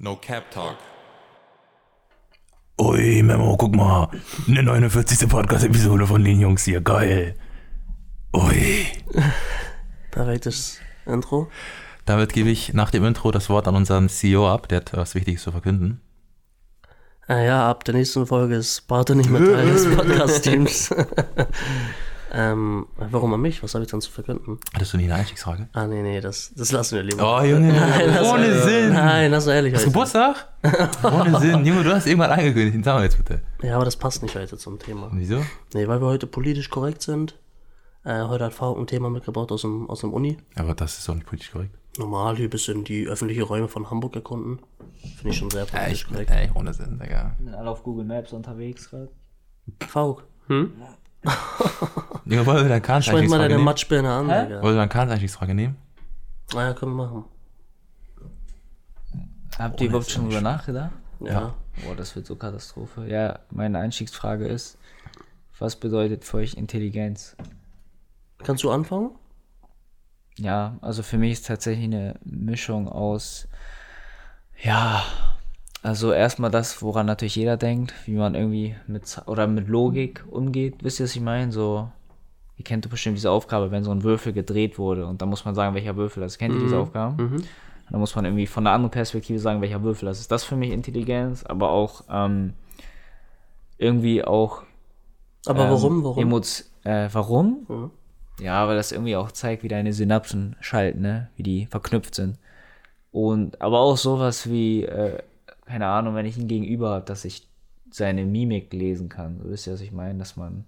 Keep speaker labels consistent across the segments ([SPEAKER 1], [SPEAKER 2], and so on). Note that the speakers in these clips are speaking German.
[SPEAKER 1] No Cap Talk.
[SPEAKER 2] Ui, Memo, guck mal. Eine 49. Podcast-Episode von den Jungs hier. Geil. Ui.
[SPEAKER 3] Perfektes Intro.
[SPEAKER 2] Damit gebe ich nach dem Intro das Wort an unseren CEO ab. Der hat was Wichtiges zu verkünden.
[SPEAKER 3] Ah ja, ab der nächsten Folge ist Barte nicht mehr Teil des Podcast-Teams. ähm, warum an mich? Was habe ich dann zu verkünden?
[SPEAKER 2] Hattest du nicht eine Einstiegsfrage?
[SPEAKER 3] Ah, nee, nee, das, das lassen wir lieber.
[SPEAKER 2] Oh, Junge.
[SPEAKER 3] lass mal
[SPEAKER 2] ohne
[SPEAKER 3] lieber.
[SPEAKER 2] Sinn.
[SPEAKER 3] Nein, lass mal ehrlich
[SPEAKER 2] Hast du
[SPEAKER 3] heute.
[SPEAKER 2] Geburtstag? ohne Sinn. Junge, du hast irgendwann angekündigt. Den sagen wir jetzt bitte.
[SPEAKER 3] Ja, aber das passt nicht heute zum Thema.
[SPEAKER 2] Wieso?
[SPEAKER 3] Nee, weil wir heute politisch korrekt sind. Äh, heute hat V ein Thema mitgebracht aus dem, aus dem Uni.
[SPEAKER 2] Aber das ist doch nicht politisch korrekt.
[SPEAKER 3] Normal hier ein bisschen die öffentlichen Räume von Hamburg erkunden. Finde ich schon sehr politisch korrekt.
[SPEAKER 2] ey, ohne Sinn, Digga.
[SPEAKER 4] sind alle auf Google Maps unterwegs gerade.
[SPEAKER 3] V, hm?
[SPEAKER 2] Junge, wollen wir dann Kahns
[SPEAKER 3] Schmeiß
[SPEAKER 2] Einstiegsfrage
[SPEAKER 3] mal deine
[SPEAKER 2] nehmen?
[SPEAKER 3] Matschbirne an,
[SPEAKER 4] Hä?
[SPEAKER 3] Digga.
[SPEAKER 2] Wollen wir dann Kahns Einstiegsfrage nehmen?
[SPEAKER 3] Na ja, können wir machen.
[SPEAKER 4] Habt ihr überhaupt schon drüber nachgedacht?
[SPEAKER 3] ja.
[SPEAKER 4] Boah, das wird so Katastrophe. Ja, meine Einstiegsfrage ist, was bedeutet für euch Intelligenz?
[SPEAKER 3] Kannst du anfangen?
[SPEAKER 4] Ja, also für mich ist tatsächlich eine Mischung aus, ja, also erstmal das, woran natürlich jeder denkt, wie man irgendwie mit Z- oder mit Logik umgeht. Wisst ihr, was ich meine? So, ihr kennt doch bestimmt diese Aufgabe, wenn so ein Würfel gedreht wurde und dann muss man sagen, welcher Würfel das ist. Kennt ihr diese Aufgaben? Und dann muss man irgendwie von einer anderen Perspektive sagen, welcher Würfel das ist. Das ist für mich Intelligenz, aber auch ähm, irgendwie auch
[SPEAKER 3] Aber
[SPEAKER 4] ähm,
[SPEAKER 3] warum, warum?
[SPEAKER 4] Emots äh, warum? Ja, weil das irgendwie auch zeigt, wie deine Synapsen schalten, ne? wie die verknüpft sind. Und aber auch sowas wie, äh, keine Ahnung, wenn ich ihn gegenüber habe, dass ich seine Mimik lesen kann. So wisst ihr, was ich meine, dass man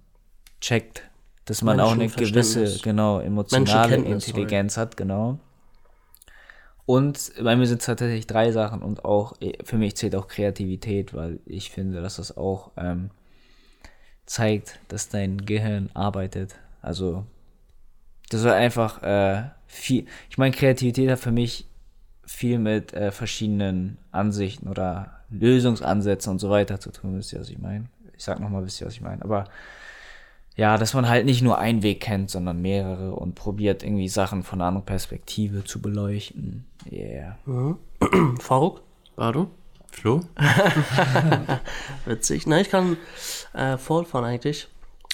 [SPEAKER 4] checkt, dass man auch eine gewisse,
[SPEAKER 3] Menschenverständnis.
[SPEAKER 4] genau, emotionale
[SPEAKER 3] Menschenkenntnis, sorry.
[SPEAKER 4] Intelligenz hat, genau. Und bei mir sind es tatsächlich drei Sachen und auch, äh, für mich zählt auch Kreativität, weil ich finde, dass das auch ähm, zeigt, dass dein Gehirn arbeitet. Also, das war einfach äh, viel. Ich meine, Kreativität hat für mich viel mit äh, verschiedenen Ansichten oder Lösungsansätzen und so weiter zu tun, wisst ihr, was ich meine? Ich sag nochmal, wisst ihr, was ich meine? Aber ja, dass man halt nicht nur einen Weg kennt, sondern mehrere und probiert irgendwie Sachen von einer anderen Perspektive zu beleuchten. Yeah.
[SPEAKER 3] Faruk? Bardo?
[SPEAKER 2] Flo?
[SPEAKER 3] Witzig. Nein, ich kann äh, fortfahren eigentlich.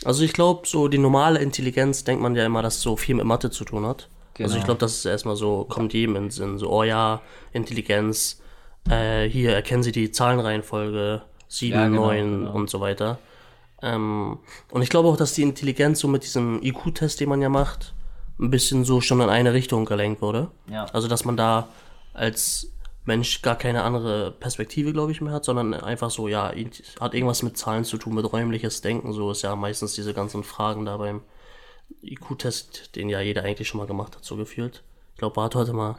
[SPEAKER 3] Also ich glaube, so die normale Intelligenz denkt man ja immer, dass so viel mit Mathe zu tun hat. Also ich
[SPEAKER 4] Genau.
[SPEAKER 3] glaube, das ist erstmal so, kommt jedem in den Sinn. So, oh ja, Intelligenz, äh, hier erkennen sie die Zahlenreihenfolge 7,
[SPEAKER 4] Ja, genau,
[SPEAKER 3] 9
[SPEAKER 4] genau.
[SPEAKER 3] und so weiter. Ähm, und ich glaube auch, dass die Intelligenz so mit diesem IQ-Test, den man ja macht, ein bisschen so schon in eine Richtung gelenkt wurde.
[SPEAKER 4] Ja.
[SPEAKER 3] Also, dass man da als Mensch gar keine andere Perspektive, glaube ich, mehr hat, sondern einfach so, ja, int- hat irgendwas mit Zahlen zu tun, mit räumliches Denken, so ist ja meistens diese ganzen Fragen da beim IQ-Test, den ja jeder eigentlich schon mal gemacht hat, so gefühlt. Ich glaube, Bart hatte mal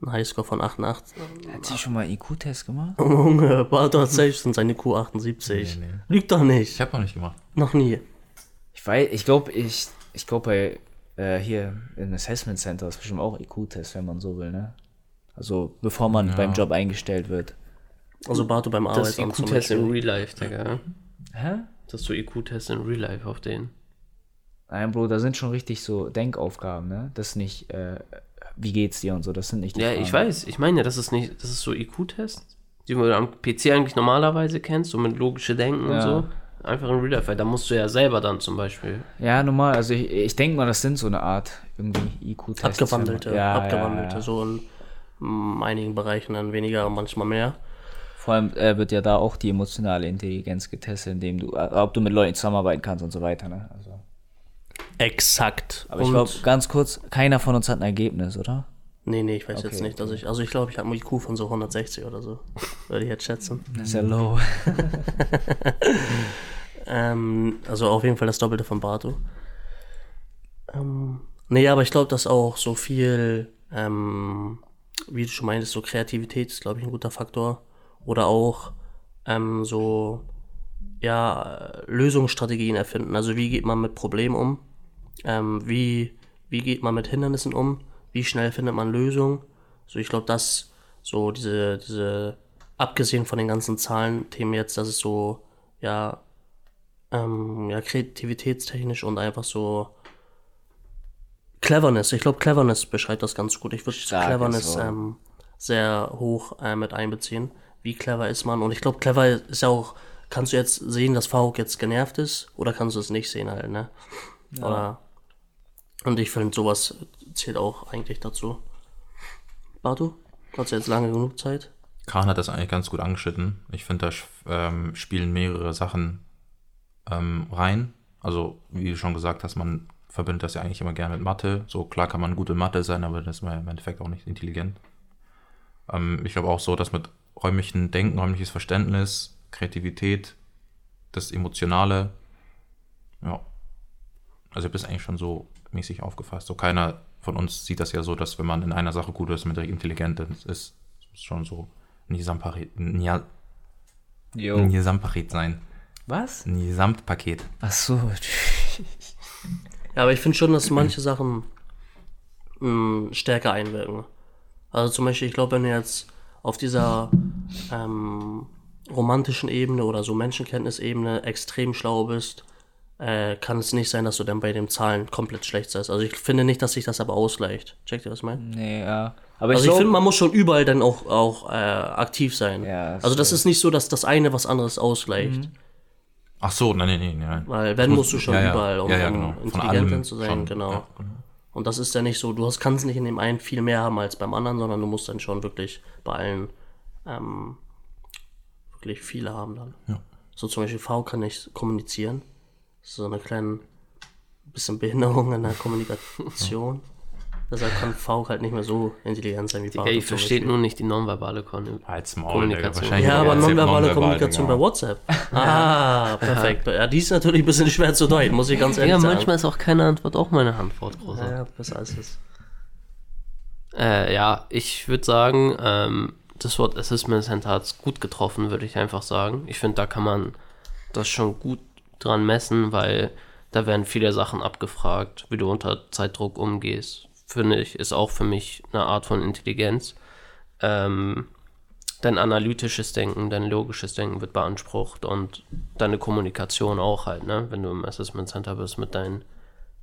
[SPEAKER 3] einen Highscore von 88.
[SPEAKER 4] Hat sie schon mal IQ-Test gemacht?
[SPEAKER 3] Junge, Bart hat selbst und seine Q78. Lügt doch nicht.
[SPEAKER 2] Ich hab noch nicht gemacht.
[SPEAKER 3] Noch nie.
[SPEAKER 4] Ich weiß, ich glaube, ich, ich glaube bei äh, hier im Assessment Center ist bestimmt auch IQ-Test, wenn man so will, ne? Also bevor man beim Job eingestellt wird.
[SPEAKER 3] Also Barto beim
[SPEAKER 5] Das
[SPEAKER 3] Arbeitsamt zum
[SPEAKER 5] IQ-Test
[SPEAKER 3] Beispiel.
[SPEAKER 5] E in Real Life, Digga.
[SPEAKER 4] Hä?
[SPEAKER 5] Das ist so IQ-Test E in Real Life auf den.
[SPEAKER 4] Nein, Bro, da sind schon richtig so Denkaufgaben, ne? Das ist nicht, äh, wie geht's dir und so, das sind nicht die
[SPEAKER 5] Ja, ich
[SPEAKER 4] Fragen.
[SPEAKER 5] weiß. Ich meine ja, das ist nicht, das ist so IQ-Test, die man am PC eigentlich normalerweise kennst, so mit logische Denken und
[SPEAKER 4] Ja.
[SPEAKER 5] so. Einfach in Real Life, weil da musst du ja selber dann zum Beispiel.
[SPEAKER 4] Ja, normal, also ich, ich denke mal, das sind so eine Art irgendwie IQ-Tests.
[SPEAKER 5] äh,
[SPEAKER 3] Abgewandelte,
[SPEAKER 4] ja,
[SPEAKER 3] abgewandelte,
[SPEAKER 4] Ja, ja.
[SPEAKER 3] so in mm, einigen Bereichen dann weniger, manchmal mehr.
[SPEAKER 4] Vor allem äh, wird ja da auch die emotionale Intelligenz getestet, indem du, äh, ob du mit Leuten zusammenarbeiten kannst und so weiter, ne? Also,
[SPEAKER 3] Exakt.
[SPEAKER 4] aber ich glaube, ganz kurz, keiner von uns hat ein Ergebnis, oder?
[SPEAKER 3] Nee, nee, ich weiß jetzt
[SPEAKER 4] Okay,
[SPEAKER 3] nicht, dass ich. Also ich glaube, ich habe einen IQ von so 160 oder so. Würde ich jetzt schätzen.
[SPEAKER 4] Das ist ja low.
[SPEAKER 3] Ähm, also auf jeden Fall das Doppelte von Bartu. Ähm, nee, aber ich glaube, dass auch so viel, ähm, wie du schon meintest, so Kreativität ist, glaube ich, ein guter Faktor. Oder auch ähm, so, ja, äh, Lösungsstrategien erfinden. Also wie geht man mit Problemen um? Ähm, wie, wie geht man mit Hindernissen um? Wie schnell findet man Lösungen? So, ich glaube, dass so diese, diese, abgesehen von den ganzen Zahlenthemen jetzt, dass es so, ja, ähm, ja, kreativitätstechnisch und einfach so Cleverness. Ich glaube, Cleverness beschreibt das ganz gut. Ich würde
[SPEAKER 4] Starkes
[SPEAKER 3] Cleverness
[SPEAKER 4] Wort.
[SPEAKER 3] ähm, sehr hoch äh, mit einbeziehen. Wie clever ist man? Und ich glaube, clever ist ja auch, kannst du jetzt sehen, dass Faruk jetzt genervt ist oder kannst du es nicht sehen halt, ne? Oder, und ich finde, sowas zählt auch eigentlich dazu. Bartu, hast du jetzt lange genug Zeit?
[SPEAKER 1] Kahn hat das eigentlich ganz gut angeschnitten. Ich finde, da sch- ähm, spielen mehrere Sachen ähm, rein. Also, wie du schon gesagt hast, man verbindet das ja eigentlich immer gerne mit Mathe. So klar kann man gut in Mathe sein, aber das ist man ja im Endeffekt auch nicht intelligent. Ähm, ich glaube auch so, dass mit räumlichen Denken, räumliches Verständnis, Kreativität, das Emotionale, ja. Also, ich habe das eigentlich schon so mäßig aufgefasst. So keiner von uns sieht das ja so, dass wenn man in einer Sache gut ist, man direkt intelligent ist. Das ist schon so ein Gesamtpaket, ein Ja-
[SPEAKER 3] Oh.
[SPEAKER 1] ein Gesamtpaket sein.
[SPEAKER 4] Was?
[SPEAKER 1] Ein Gesamtpaket.
[SPEAKER 4] Ach so.
[SPEAKER 3] Ja, aber ich finde schon, dass manche Sachen mh, stärker einwirken. Also zum Beispiel, ich glaube, wenn du jetzt auf dieser ähm, romantischen Ebene oder so Menschenkenntnisebene extrem schlau bist, äh, kann es nicht sein, dass du dann bei den Zahlen komplett schlecht seist. Also ich finde nicht, dass sich das aber ausgleicht. Checkt ihr, was ich meine?
[SPEAKER 4] Nee, ja. Aber ich,
[SPEAKER 3] Also ich
[SPEAKER 4] glaub-
[SPEAKER 3] finde, man muss schon überall dann auch, auch äh, aktiv sein.
[SPEAKER 4] Ja,
[SPEAKER 3] also das ist nicht so, dass das eine was anderes ausgleicht.
[SPEAKER 1] Ach so, nein, nein, nein, nein.
[SPEAKER 3] Weil wenn musst du schon
[SPEAKER 1] Mhm. ja, ja.
[SPEAKER 3] überall, um,
[SPEAKER 1] Ja, ja,
[SPEAKER 3] um
[SPEAKER 1] genau. Von
[SPEAKER 3] intelligent
[SPEAKER 1] allem
[SPEAKER 3] dann zu sein,
[SPEAKER 1] schon,
[SPEAKER 3] genau.
[SPEAKER 1] ja,
[SPEAKER 3] Und das ist ja nicht so, du hast, kannst nicht in dem einen viel mehr haben als beim anderen, sondern du musst dann schon wirklich bei allen ähm, wirklich viele haben dann.
[SPEAKER 1] Ja.
[SPEAKER 3] So zum Beispiel V kann nicht kommunizieren. Das ist so eine kleine bisschen Behinderung in der Kommunikation. Deshalb kann V halt nicht mehr so intelligent sein wie Bartu.
[SPEAKER 5] Ja, ihr
[SPEAKER 3] zum
[SPEAKER 5] versteht
[SPEAKER 3] Beispiel.
[SPEAKER 5] nur nicht die nonverbale Kommunikation.
[SPEAKER 1] Halt's Maul, Digga.
[SPEAKER 5] Kommunikation.
[SPEAKER 1] Wahrscheinlich
[SPEAKER 3] Ja,
[SPEAKER 1] der
[SPEAKER 3] aber
[SPEAKER 1] erzählt genau.
[SPEAKER 3] nonverbale Kommunikation
[SPEAKER 1] Digga.
[SPEAKER 3] bei WhatsApp. Ah, perfekt. Ja, die ist natürlich ein bisschen schwer zu deuten, muss ich ganz ehrlich
[SPEAKER 5] Ja,
[SPEAKER 3] sagen.
[SPEAKER 5] manchmal ist auch keine Antwort auch meine Antwort, Rosa.
[SPEAKER 3] Ja, besser als es.
[SPEAKER 5] Äh, ja, ich würde sagen, ähm, das Wort Assessment-Center hat es gut getroffen, würde ich einfach sagen. Ich finde, da kann man das schon gut dran messen, weil da werden viele Sachen abgefragt, wie du unter Zeitdruck umgehst. Finde ich, ist auch für mich eine Art von Intelligenz. Ähm, dein analytisches Denken, dein logisches Denken wird beansprucht und deine Kommunikation auch halt, ne? Wenn du im Assessment Center bist mit deinen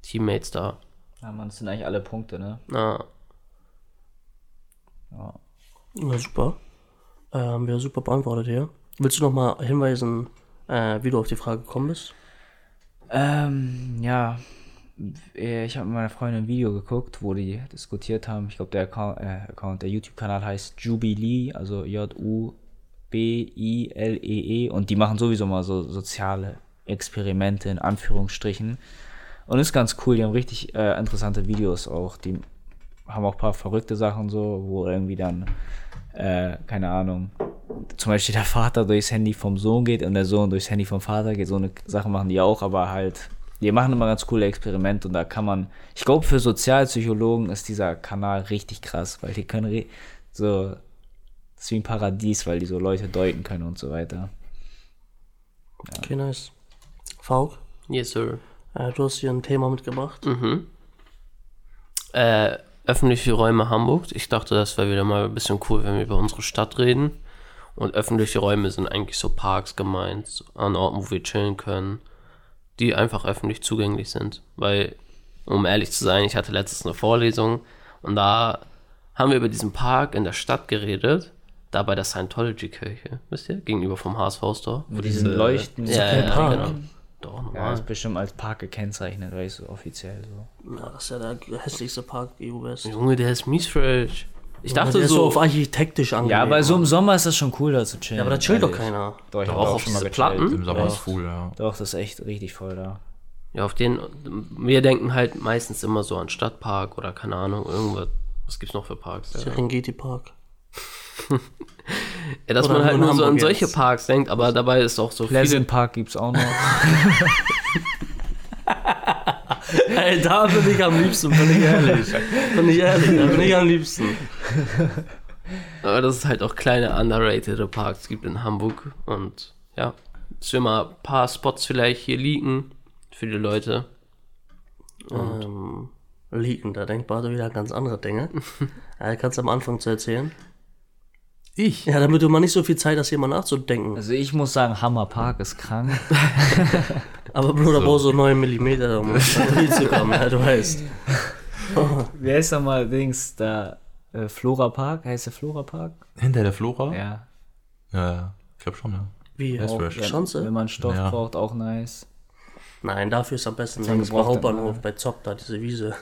[SPEAKER 5] Teammates da.
[SPEAKER 4] Ja, man, das sind eigentlich alle Punkte, ne?
[SPEAKER 5] Na,
[SPEAKER 3] Ja, super. Äh, haben wir super beantwortet hier. Willst du nochmal hinweisen, äh, wie du auf die Frage gekommen bist?
[SPEAKER 4] Ähm, ja. Äh, Ich habe mit meiner Freundin ein Video geguckt, wo die diskutiert haben. Ich glaube, der Account, äh, Account der YouTube-Kanal heißt Jubilee, also J-U-B-I-L-E-E. E Und die machen sowieso mal so soziale Experimente in Anführungsstrichen. Und ist ganz cool. Die haben richtig äh, interessante Videos auch. Die haben auch ein paar verrückte Sachen so, wo irgendwie dann, äh, keine Ahnung, zum Beispiel der Vater durchs Handy vom Sohn geht und der Sohn durchs Handy vom Vater geht. So eine Sachen machen die auch, aber halt, die machen immer ganz coole Experimente und da kann man, ich glaube, für Sozialpsychologen ist dieser Kanal richtig krass, weil die können re- so, das ist wie ein Paradies, weil die so Leute deuten können und so weiter.
[SPEAKER 3] Okay, nice. Falk,
[SPEAKER 5] yes, sir.
[SPEAKER 3] äh, du hast hier ein Thema mitgebracht.
[SPEAKER 5] äh, öffentliche Räume Hamburgs. Ich dachte, das wäre wieder mal ein bisschen cool, wenn wir über unsere Stadt reden. Und öffentliche Räume sind eigentlich so Parks gemeint, so an Orten, wo wir chillen können, die einfach öffentlich zugänglich sind. Weil, um ehrlich zu sein, ich hatte letztens eine Vorlesung und da haben wir über diesen Park in der Stadt geredet, da bei der Scientology-Kirche, wisst ihr, gegenüber vom HSV-Store.
[SPEAKER 4] Wo diesen Leuchten,
[SPEAKER 5] Ja, ja, ja,
[SPEAKER 3] Park.
[SPEAKER 5] genau. Doch, normal.
[SPEAKER 4] Ja, ist bestimmt als Park gekennzeichnet, weißt du, offiziell so.
[SPEAKER 3] Na, das ist ja der hässlichste Park E EU-West.
[SPEAKER 5] Junge, der ist mies fresh. Ich dachte
[SPEAKER 3] der ist so
[SPEAKER 5] so,
[SPEAKER 3] auf architektisch angelegt.
[SPEAKER 4] Ja, aber so im Sommer ist das schon cool, da zu chillen.
[SPEAKER 3] Ja, aber da chillt doch keiner.
[SPEAKER 4] Doch, ich hab
[SPEAKER 5] Doch,
[SPEAKER 4] da
[SPEAKER 5] auf
[SPEAKER 4] schon mal
[SPEAKER 5] diese
[SPEAKER 4] gechillt.
[SPEAKER 5] Platten.
[SPEAKER 1] Im Sommer ist cool, ja.
[SPEAKER 4] Doch, das ist echt richtig voll da.
[SPEAKER 5] Ja, auf den, wir denken halt meistens immer so an Stadtpark oder keine Ahnung, irgendwas. Was gibt's noch für Parks? Ja,
[SPEAKER 3] Serengeti Park.
[SPEAKER 5] ja dass
[SPEAKER 3] Oder
[SPEAKER 5] man halt
[SPEAKER 3] nur
[SPEAKER 5] nur
[SPEAKER 3] in
[SPEAKER 5] so an
[SPEAKER 3] Hamburg
[SPEAKER 5] solche
[SPEAKER 3] jetzt.
[SPEAKER 5] Parks denkt, aber dabei ist auch so
[SPEAKER 4] Pleasant
[SPEAKER 5] viele.
[SPEAKER 4] Park gibt's auch noch.
[SPEAKER 3] Ey, da bin ich am liebsten, bin ich ehrlich. Bin ich ehrlich, da bin ich am liebsten.
[SPEAKER 5] Aber dass es halt auch kleine, underrated Parks gibt in Hamburg. Und ja, dass wir mal ein paar Spots vielleicht hier liegen für die Leute.
[SPEAKER 3] Ähm, liegen, da denkt Bardo wieder an ganz andere Dinge. äh, kannst du am Anfang zu erzählen?
[SPEAKER 1] Ich? Äh,
[SPEAKER 3] Ja, damit du mal nicht so viel Zeit hast, hier mal nachzudenken.
[SPEAKER 4] Also ich muss sagen, Hammer Park ist krank.
[SPEAKER 3] Aber Bro, da brauchst du 9 mm, um ins Spiel zu kommen, ja, du weißt.
[SPEAKER 4] Wer ist nochmal Dings da? äh, Flora Park, heißt der Flora Park?
[SPEAKER 1] Hinter der Flora?
[SPEAKER 4] Ja.
[SPEAKER 1] Ja, ja. ich glaube schon, ja.
[SPEAKER 3] Wie?
[SPEAKER 1] Das ist
[SPEAKER 4] Auch,
[SPEAKER 1] fresh.
[SPEAKER 4] wenn,
[SPEAKER 3] Schanze?
[SPEAKER 4] wenn man Stoff
[SPEAKER 1] Ja.
[SPEAKER 4] braucht, auch nice.
[SPEAKER 3] Nein, dafür ist am besten
[SPEAKER 4] Deswegen
[SPEAKER 3] links beim
[SPEAKER 4] braucht er-
[SPEAKER 3] Hauptbahnhof
[SPEAKER 1] ne?
[SPEAKER 3] bei Zopp da diese Wiese,